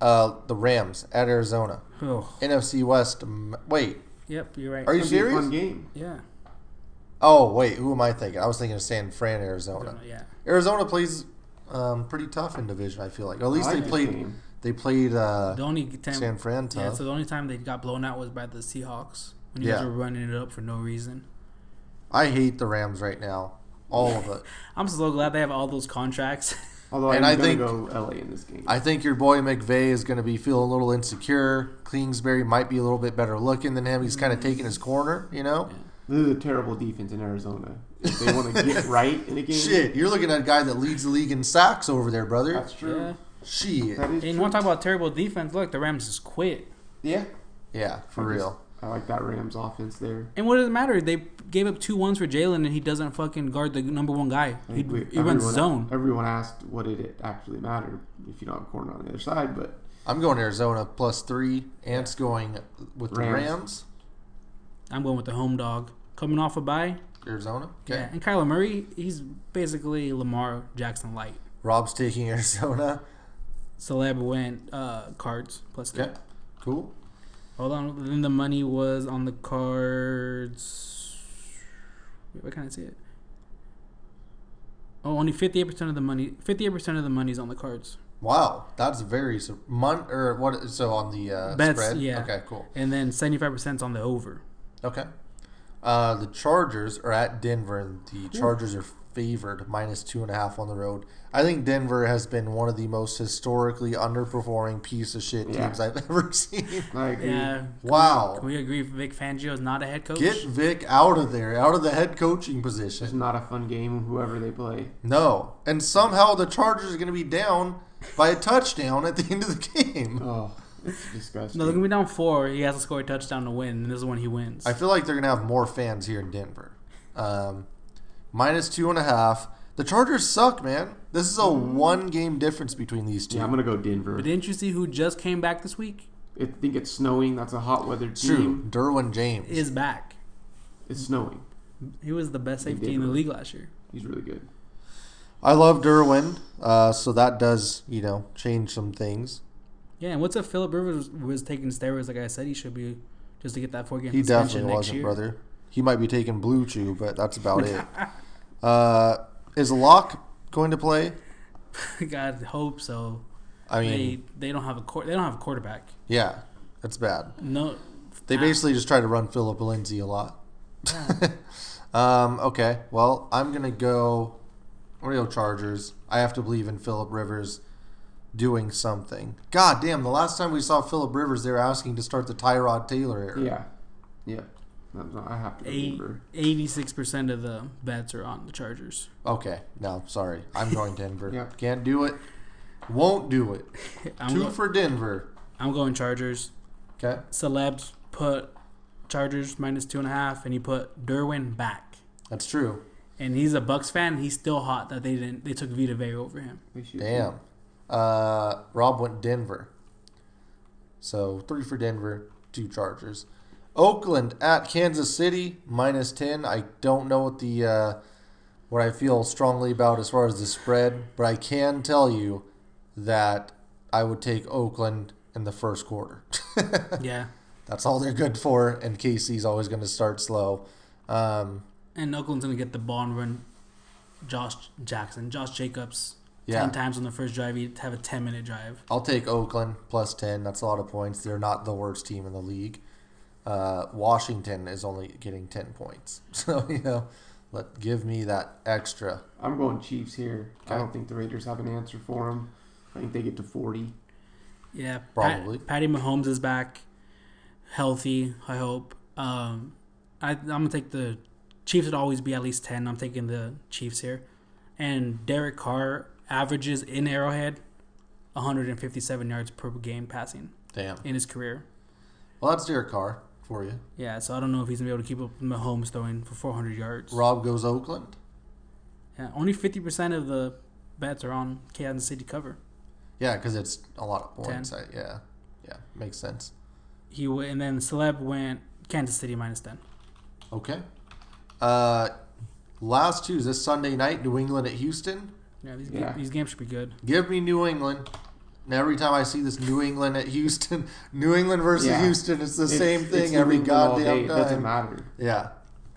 Speaker 1: uh, the Rams at Arizona.
Speaker 3: Oh,
Speaker 1: NFC West. m- Wait,
Speaker 3: yep, you're right.
Speaker 1: are you
Speaker 2: It's gonna be a
Speaker 1: serious?
Speaker 2: Fun game.
Speaker 3: yeah,
Speaker 1: Oh, wait. Who am I thinking? I was thinking of San Fran, Arizona.
Speaker 3: yeah.
Speaker 1: Arizona plays um, pretty tough in division. I feel like. Or at least
Speaker 2: I
Speaker 1: they
Speaker 2: like this
Speaker 1: played.
Speaker 2: game.
Speaker 1: They played uh,
Speaker 3: The only time,
Speaker 1: San Fran
Speaker 3: yeah,
Speaker 1: tough.
Speaker 3: so the only time they got blown out was by the Seahawks when you guys
Speaker 1: Yeah.
Speaker 3: were running it up for no reason.
Speaker 1: I hate the Rams right now. All of it.
Speaker 3: I'm so glad they have all those contracts.
Speaker 2: Although
Speaker 1: And
Speaker 2: I'm
Speaker 1: I
Speaker 2: going to
Speaker 1: think-
Speaker 2: go LA in this game.
Speaker 1: I think your boy McVay is going to be feeling a little insecure. Kingsbury might be a little bit better looking than him. He's kind
Speaker 3: Mm.
Speaker 1: of taking his corner, you know.
Speaker 2: This is a terrible defense in Arizona. If they want to get right in a game,
Speaker 1: Shit, you're looking at a guy that leads the league in sacks over there, brother.
Speaker 2: that's true.
Speaker 3: yeah.
Speaker 1: Shit.
Speaker 2: That is
Speaker 3: And you
Speaker 2: true.
Speaker 3: want to talk about terrible defense? Look, the Rams just quit.
Speaker 2: yeah,
Speaker 1: Yeah, for
Speaker 2: I just-
Speaker 1: real.
Speaker 2: I like that Rams offense there.
Speaker 3: And what does it matter? They gave up two ones for Jalen, and he doesn't fucking guard the number one guy.
Speaker 2: I
Speaker 3: He,
Speaker 2: think we-
Speaker 3: he runs zone.
Speaker 2: Everyone asked what did it actually matter if you don't have a corner on the other side, but
Speaker 1: I'm going Arizona plus three. Ant's going with the
Speaker 2: Rams.
Speaker 1: Rams.
Speaker 3: I'm going with the home dog. Coming off a bye,
Speaker 1: Arizona. Okay.
Speaker 3: Yeah, and Kyler Murray, he's basically Lamar Jackson light.
Speaker 1: Rob's taking Arizona.
Speaker 3: Celeb went uh, cards plus three.
Speaker 1: Okay. Cool.
Speaker 3: Hold on, then the money was on the cards. Wait, where can I see it? Oh, only fifty-eight percent of the money. Fifty-eight percent of the money's on the cards,
Speaker 1: Wow, that's very sur- month or what? So on the uh,
Speaker 3: Bets,
Speaker 1: spread.
Speaker 3: yeah.
Speaker 1: Okay. Cool.
Speaker 3: and then seventy-five percent's on the over.
Speaker 1: Okay. Uh, the Chargers are at Denver, and the Chargers are favored minus two and a half on the road. I think Denver has been one of the most historically underperforming piece of shit
Speaker 2: Yeah.
Speaker 1: teams I've ever seen.
Speaker 2: I agree.
Speaker 3: Yeah.
Speaker 1: Wow.
Speaker 3: Can we agree? Vic Fangio is not a head coach.
Speaker 1: Get Vic out of there, out of the head coaching
Speaker 2: It's
Speaker 1: position.
Speaker 2: not a fun game, whoever they play.
Speaker 1: No. And somehow the Chargers are going to be down by a touchdown at the end of the game.
Speaker 2: Oh, it's disgusting.
Speaker 3: no, they're gonna be down four. He has to score a touchdown to win, and this is when he wins.
Speaker 1: I feel like they're going to have more fans here in Denver. Um, minus two and a half. The Chargers suck, man. This is a one game difference between these two.
Speaker 2: yeah, I'm gonna go Denver.
Speaker 3: but didn't you see who just came back this week?
Speaker 2: I think it's snowing. That's a hot weather team.
Speaker 1: True. Derwin James.
Speaker 3: Is back.
Speaker 2: It's snowing.
Speaker 3: He was the best
Speaker 2: He
Speaker 3: safety
Speaker 2: did
Speaker 3: in the
Speaker 2: really-
Speaker 3: league last year.
Speaker 2: He's really good.
Speaker 1: I love Derwin, uh, so that does you know change some things.
Speaker 3: Yeah, and what's if Philip Rivers was, was taking steroids like I said he should be just to get that four game
Speaker 1: He
Speaker 3: suspension
Speaker 1: definitely
Speaker 3: next
Speaker 1: wasn't,
Speaker 3: year?
Speaker 1: brother. He might be taking blue chew, but that's about it. Uh, is Locke going to play?
Speaker 3: God, hope so.
Speaker 1: I mean,
Speaker 3: they they don't have a quar- they don't have a quarterback.
Speaker 1: yeah, that's bad.
Speaker 3: No,
Speaker 1: They
Speaker 3: Ah.
Speaker 1: basically just try to run Philip Lindsay a lot. um, okay, well, I'm gonna go. I'm gonna go Chargers. I have to believe in Philip Rivers doing something. God damn! The last time we saw Philip Rivers, they were asking to start the Tyrod Taylor era.
Speaker 2: Yeah, yeah. That was not, I have to
Speaker 3: eight,
Speaker 2: remember.
Speaker 3: 86% of the bets are on the Chargers.
Speaker 1: Okay, no, sorry. I'm going Denver.
Speaker 2: Yeah.
Speaker 1: Can't do it. Won't do it.
Speaker 3: I'm,
Speaker 1: Two
Speaker 3: go-
Speaker 1: for Denver.
Speaker 3: I'm going Chargers.
Speaker 1: Okay.
Speaker 3: Celebs put Chargers minus two and a half, and he put Derwin back.
Speaker 1: That's true.
Speaker 3: And he's a Bucks fan. He's still hot that they didn't. They took Vita Vea over him.
Speaker 2: They should-
Speaker 1: Damn. Uh, Rob went Denver. So three for Denver, two Chargers. Oakland at Kansas City minus ten. I don't know what the uh, what I feel strongly about as far as the spread, but I can tell you that I would take Oakland in the first quarter.
Speaker 3: yeah,
Speaker 1: That's all they're good for, and Casey's always going to start slow. Um,
Speaker 3: and Oakland's gonna get the ball and run. Josh Jackson, Josh Jacobs,
Speaker 1: Yeah.
Speaker 3: ten times on the first drive. He'd have a ten minute drive.
Speaker 1: I'll take Oakland plus 10. That's a lot of points. They're not the worst team in the league. Uh, Washington is only getting 10 points. So, you know, let give me that extra.
Speaker 2: I'm going Chiefs here. I
Speaker 1: Okay.
Speaker 2: don't think the Raiders have an answer for him. I think they get to 40.
Speaker 3: Yeah, Pat-
Speaker 1: Probably.
Speaker 3: Patty Mahomes is back, healthy. I hope. Um, I, I'm gonna take the Chiefs. Would always be at least ten. I'm taking the Chiefs here, and Derek Carr averages in Arrowhead 157 yards per game passing
Speaker 1: Damn.
Speaker 3: in his career.
Speaker 1: Well, that's Derek Carr for you.
Speaker 3: Yeah, so I don't know if he's gonna be able to keep up with Mahomes throwing for 400 yards.
Speaker 1: Rob goes Oakland.
Speaker 3: Yeah, only 50% of the bets are on Kansas City cover.
Speaker 1: Yeah, because it's a lot of points. I, yeah. Yeah. Makes sense.
Speaker 3: He w- and then Celeb went Kansas City minus 10.
Speaker 1: Okay. Uh, last two is this Sunday night, New England at Houston.
Speaker 3: Yeah, these,
Speaker 2: Yeah.
Speaker 3: Ga- these games should be good.
Speaker 1: Give me New England. And every time I see this New England at Houston, New England versus
Speaker 2: Yeah.
Speaker 1: Houston, it's the
Speaker 2: It's-
Speaker 1: same
Speaker 2: it's
Speaker 1: thing
Speaker 2: New
Speaker 1: every
Speaker 2: England all day.
Speaker 1: goddamn
Speaker 2: It doesn't
Speaker 1: time.
Speaker 2: matter.
Speaker 1: Yeah,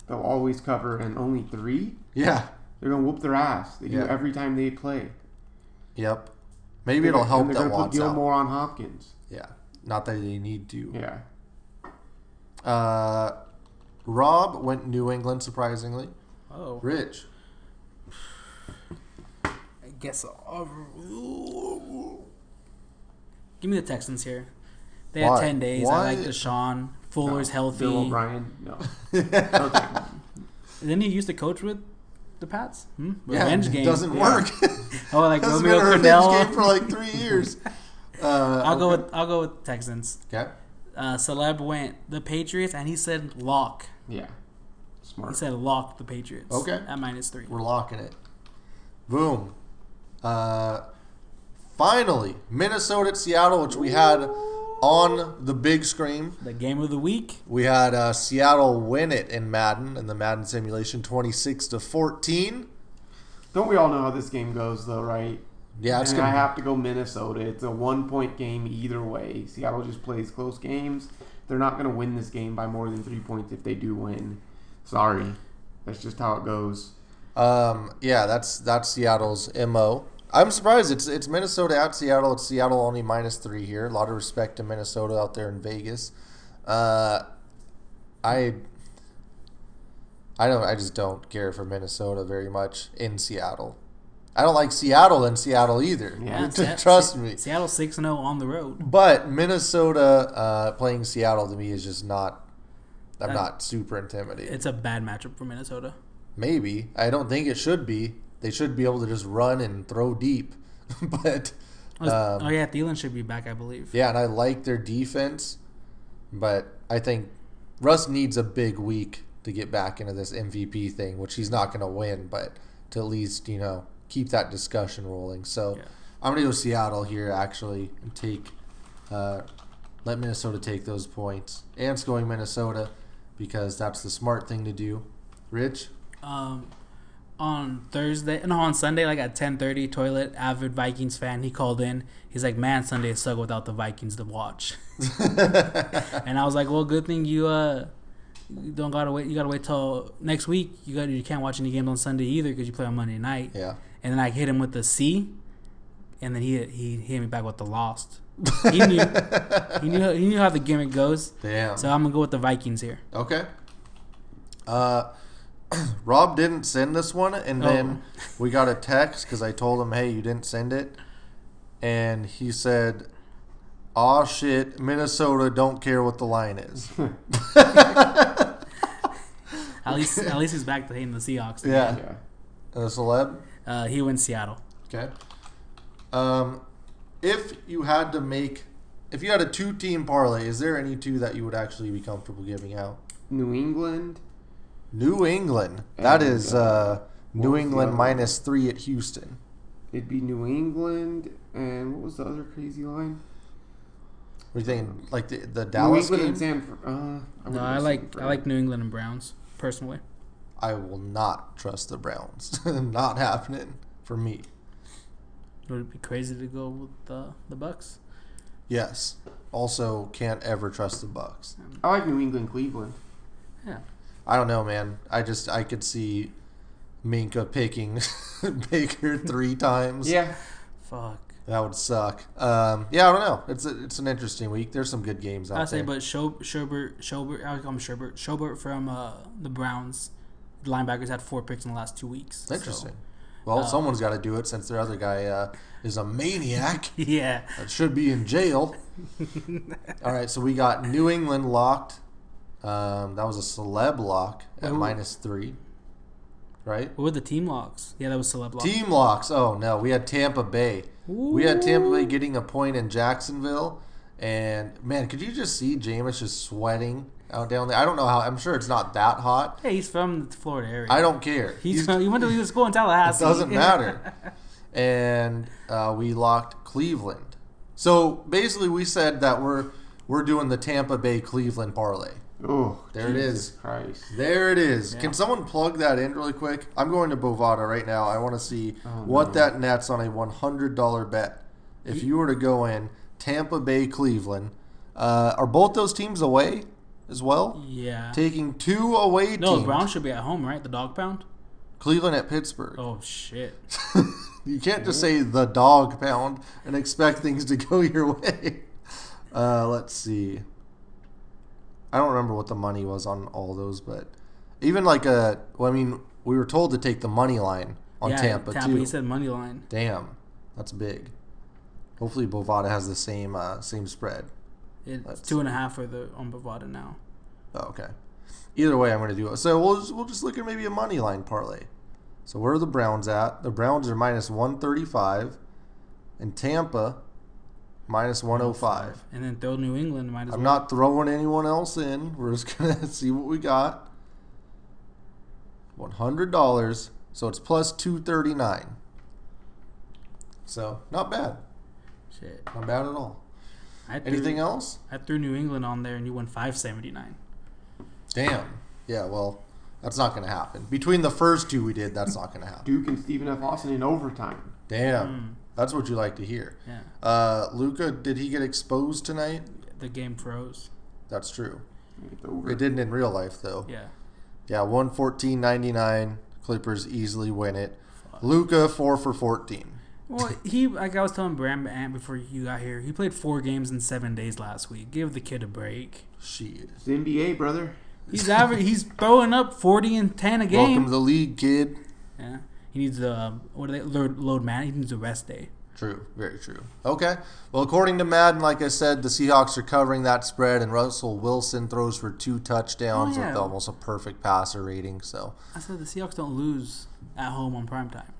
Speaker 2: They'll always cover, and only three?
Speaker 1: yeah,
Speaker 2: They're going to whoop their ass. They
Speaker 1: Yeah.
Speaker 2: do every time they play.
Speaker 1: yep. Maybe it'll
Speaker 2: And
Speaker 1: help
Speaker 2: they're
Speaker 1: that
Speaker 2: gonna put
Speaker 1: Watt's out.
Speaker 2: Gilmore on Hopkins.
Speaker 1: Yeah, not that they need to.
Speaker 2: Yeah.
Speaker 1: Uh, Rob went New England surprisingly.
Speaker 3: Oh.
Speaker 1: Rich,
Speaker 3: I guess I'll... Give me the Texans here. They had
Speaker 1: Why?
Speaker 3: 10 days. I
Speaker 1: Why-
Speaker 3: like Deshaun. Fuller's
Speaker 2: No.
Speaker 3: healthy.
Speaker 2: Bill O'Brien? No. okay.
Speaker 3: Then he used to coach with the Pats. Hmm?
Speaker 1: yeah,
Speaker 3: Revenge
Speaker 1: it
Speaker 3: game.
Speaker 1: doesn't
Speaker 2: Yeah.
Speaker 1: work.
Speaker 3: Oh, like
Speaker 1: Hasn't been
Speaker 3: Romeo
Speaker 1: a
Speaker 3: Cornell.
Speaker 1: revenge game for like three years. Uh,
Speaker 3: I'll go
Speaker 1: okay.
Speaker 3: with I'll go with Texans.
Speaker 1: okay.
Speaker 3: Uh, Celeb went the Patriots, and he said lock.
Speaker 2: Yeah.
Speaker 3: He
Speaker 2: Smart.
Speaker 3: said lock the Patriots.
Speaker 1: Okay.
Speaker 3: At minus three.
Speaker 1: We're locking it. Boom. Uh, finally, Minnesota at Seattle, which we had on the big screen.
Speaker 3: The game of the week.
Speaker 1: We had uh, Seattle win it in Madden in the Madden simulation, twenty six to fourteen.
Speaker 2: Don't we all know how this game goes, though, right?
Speaker 1: Yeah, it's
Speaker 2: and
Speaker 1: gonna.
Speaker 2: I have to go Minnesota. It's a one point game either way. Seattle just plays close games. They're not going to win this game by more than three points if they do win. Sorry. That's just how it goes.
Speaker 1: Um, yeah, that's that's Seattle's mo. I'm surprised it's it's Minnesota at Seattle. It's Seattle only minus three here. A lot of respect to Minnesota out there in Vegas. Uh, I I don't. I just don't care for Minnesota very much in Seattle. I don't like Seattle in Seattle either.
Speaker 2: Yeah,
Speaker 3: Se-
Speaker 1: Trust
Speaker 3: Se-
Speaker 1: me.
Speaker 3: Seattle six and zero on the road.
Speaker 1: But Minnesota uh, playing Seattle to me is just not. I'm
Speaker 3: That-
Speaker 1: not super intimidated.
Speaker 3: It's a bad matchup for Minnesota.
Speaker 1: Maybe. I don't think it should be. They should be able to just run and throw deep. but
Speaker 3: oh
Speaker 1: um,
Speaker 3: yeah, Thielen should be back, I believe.
Speaker 1: yeah, and I like their defense, but I think Russ needs a big week to get back into this MVP thing, which he's not going to win, but to at least, you know, keep that discussion rolling. So
Speaker 3: Yeah.
Speaker 1: I'm going to go Seattle here actually and take uh, let Minnesota take those points. Ant's going Minnesota because that's the smart thing to do. Rich?
Speaker 3: Um, on Thursday, no, on Sunday, like at ten thirty, toilet avid Vikings fan, he called in. He's like, "Man, Sunday suck without the Vikings to watch." and I was like, "Well, good thing you uh, you don't gotta wait. You gotta wait till next week. You got you can't watch any games on Sunday either because you play on Monday night."
Speaker 1: yeah.
Speaker 3: And then I hit him with the C, and then he he hit me back with the lost. He knew he knew he knew how the gimmick goes.
Speaker 1: Damn.
Speaker 3: So I'm gonna go with the Vikings here.
Speaker 1: Okay. Uh, Rob didn't send this one, and then we got a text because I told him, "Hey, you didn't send it," and he said, "Aw, shit, Minnesota don't care what the line is."
Speaker 3: At least at least he's back to hating the Seahawks.
Speaker 1: yeah,
Speaker 2: Yeah.
Speaker 1: and a celeb.
Speaker 3: Uh, he wins Seattle.
Speaker 1: Okay. Um, if you had to make, if you had a two-team parlay, is there any two that you would actually be comfortable giving out?
Speaker 2: New England.
Speaker 1: New England. That
Speaker 2: And,
Speaker 1: is
Speaker 2: uh,
Speaker 1: uh,
Speaker 2: what
Speaker 1: New
Speaker 2: was the
Speaker 1: England
Speaker 2: other one?
Speaker 1: minus three at Houston.
Speaker 2: It'd be New England. And what was the other crazy line?
Speaker 1: What do you thinking? Like the, the Dallas
Speaker 2: New
Speaker 1: game?
Speaker 2: England and San Fran. Uh,
Speaker 3: No, I like I like New England and Browns personally.
Speaker 1: I will not trust the Browns. not happening for me.
Speaker 3: Would it be crazy to go with the the Bucks?
Speaker 1: Yes. Also, can't ever trust the Bucks.
Speaker 3: Um,
Speaker 2: I like New England, Cleveland.
Speaker 1: I don't know, man. I just I could see Minka picking Baker three times.
Speaker 2: Yeah.
Speaker 3: Fuck.
Speaker 1: that would suck. Um, yeah, I don't know. It's a, it's an interesting week. There's some good games out
Speaker 3: I say,
Speaker 1: there.
Speaker 3: but Scho- Schobert, Schobert, I call him Schobert, Schobert from uh, the Browns. The linebackers had four picks in the last two weeks. so-
Speaker 1: interesting. well,
Speaker 3: uh,
Speaker 1: someone's got to do it since their other guy uh, is a maniac.
Speaker 3: yeah.
Speaker 1: that should be in jail. All right, so we got New England locked. Um, that was a celeb lock at
Speaker 3: Ooh.
Speaker 1: minus three, right?
Speaker 3: What were the team locks? Yeah, that was celeb lock.
Speaker 1: Team locks. Oh no, we had Tampa Bay. We had Tampa Bay getting a point in Jacksonville, and man, could you just see Jameis just sweating out down there? I don't know how. I'm sure it's not that hot.
Speaker 3: Hey, he's from the Florida area.
Speaker 1: I don't care.
Speaker 3: He's, from, he went to the school in Tallahassee.
Speaker 1: doesn't matter. and uh, we locked Cleveland. So basically, we said that we're we're doing the Tampa Bay Cleveland parlay.
Speaker 2: Oh,
Speaker 1: There it
Speaker 2: Jesus
Speaker 1: is.
Speaker 2: Christ.
Speaker 1: There it is.
Speaker 3: Yeah.
Speaker 1: Can someone plug that in really quick? I'm going to Bovada right now. I want to see
Speaker 2: Oh,
Speaker 1: what
Speaker 2: no.
Speaker 1: that nets on a $100 bet. If you were to go in Tampa Bay Cleveland, uh, are both those teams away as well?
Speaker 3: yeah.
Speaker 1: Taking two away
Speaker 3: No,
Speaker 1: teams.
Speaker 3: Browns should be at home, right? The dog pound?
Speaker 1: Cleveland at Pittsburgh.
Speaker 3: Oh, shit.
Speaker 1: You can't just say the dog pound and expect things to go your way. Uh, let's see. I don't remember what the money was on all those, but even like a, well, I mean, we were told to take the money line on
Speaker 3: yeah,
Speaker 1: Tampa,
Speaker 3: Tampa,
Speaker 1: too.
Speaker 3: he said money line.
Speaker 1: Damn, that's big. Hopefully, Bovada has the same uh, same spread.
Speaker 3: It's
Speaker 1: Let's
Speaker 3: two and a half for the on Bovada now.
Speaker 1: Oh, okay. Either way, I'm going to do it. So we'll just, we'll just look at maybe a money line parlay. So where are the Browns at? The Browns are minus 135, and Tampa minus 105.
Speaker 3: And then throw New England might as
Speaker 1: I'm
Speaker 3: well.
Speaker 1: not throwing anyone else in. We're just going to see what we got. $100. So it's plus 239. So not bad.
Speaker 3: Shit.
Speaker 1: Not bad at all.
Speaker 3: I threw,
Speaker 1: Anything else?
Speaker 3: I threw New England on there and you won 579.
Speaker 1: Damn. Yeah, well, that's not going to happen. Between the first two we did, that's not going to happen.
Speaker 2: Duke and Stephen F. Austin in overtime.
Speaker 1: Damn, that's what you like to hear.
Speaker 3: Hmm. Yeah.
Speaker 1: Uh, Luca, did he get exposed tonight?
Speaker 3: The game froze.
Speaker 1: That's true.
Speaker 2: It's over.
Speaker 1: It didn't in real life though.
Speaker 3: Yeah.
Speaker 1: Yeah, one fourteen ninety nine. Clippers easily win it. Luca four for fourteen.
Speaker 3: Well, he like I was telling Bram Ant before you got here, he played four games in seven days last week. Give the kid a break.
Speaker 1: She
Speaker 2: It's the NBA, brother.
Speaker 3: He's aver- he's throwing up forty and ten a
Speaker 1: welcome
Speaker 3: game.
Speaker 1: to the league, kid.
Speaker 3: yeah. He needs a what do they load, load man? He needs a rest day.
Speaker 1: True, very true. Okay. Well, according to Madden, like I said, the Seahawks are covering that spread, and Russell Wilson throws for two touchdowns
Speaker 3: Oh, yeah.
Speaker 1: with almost a perfect passer rating. So,
Speaker 3: I said the Seahawks don't lose at home on prime time.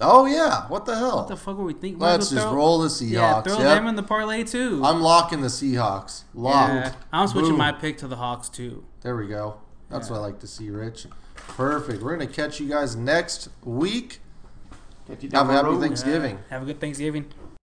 Speaker 1: oh yeah, what the hell?
Speaker 3: What the fuck were we thinking? Might
Speaker 1: Let's
Speaker 3: as well
Speaker 1: just
Speaker 3: throw-
Speaker 1: roll the Seahawks.
Speaker 3: Yeah, throw
Speaker 1: Yep.
Speaker 3: them in the parlay too.
Speaker 1: I'm locking the Seahawks. Locked.
Speaker 3: yeah. I'm switching
Speaker 1: Boom.
Speaker 3: my pick to the Hawks too.
Speaker 1: There we go. That's
Speaker 3: Yeah.
Speaker 1: what I like to see, Rich. Perfect. We're gonna catch you guys next week.
Speaker 2: Catch you down
Speaker 1: Have a
Speaker 2: the
Speaker 1: happy
Speaker 2: road.
Speaker 1: Thanksgiving.
Speaker 3: Have a good Thanksgiving.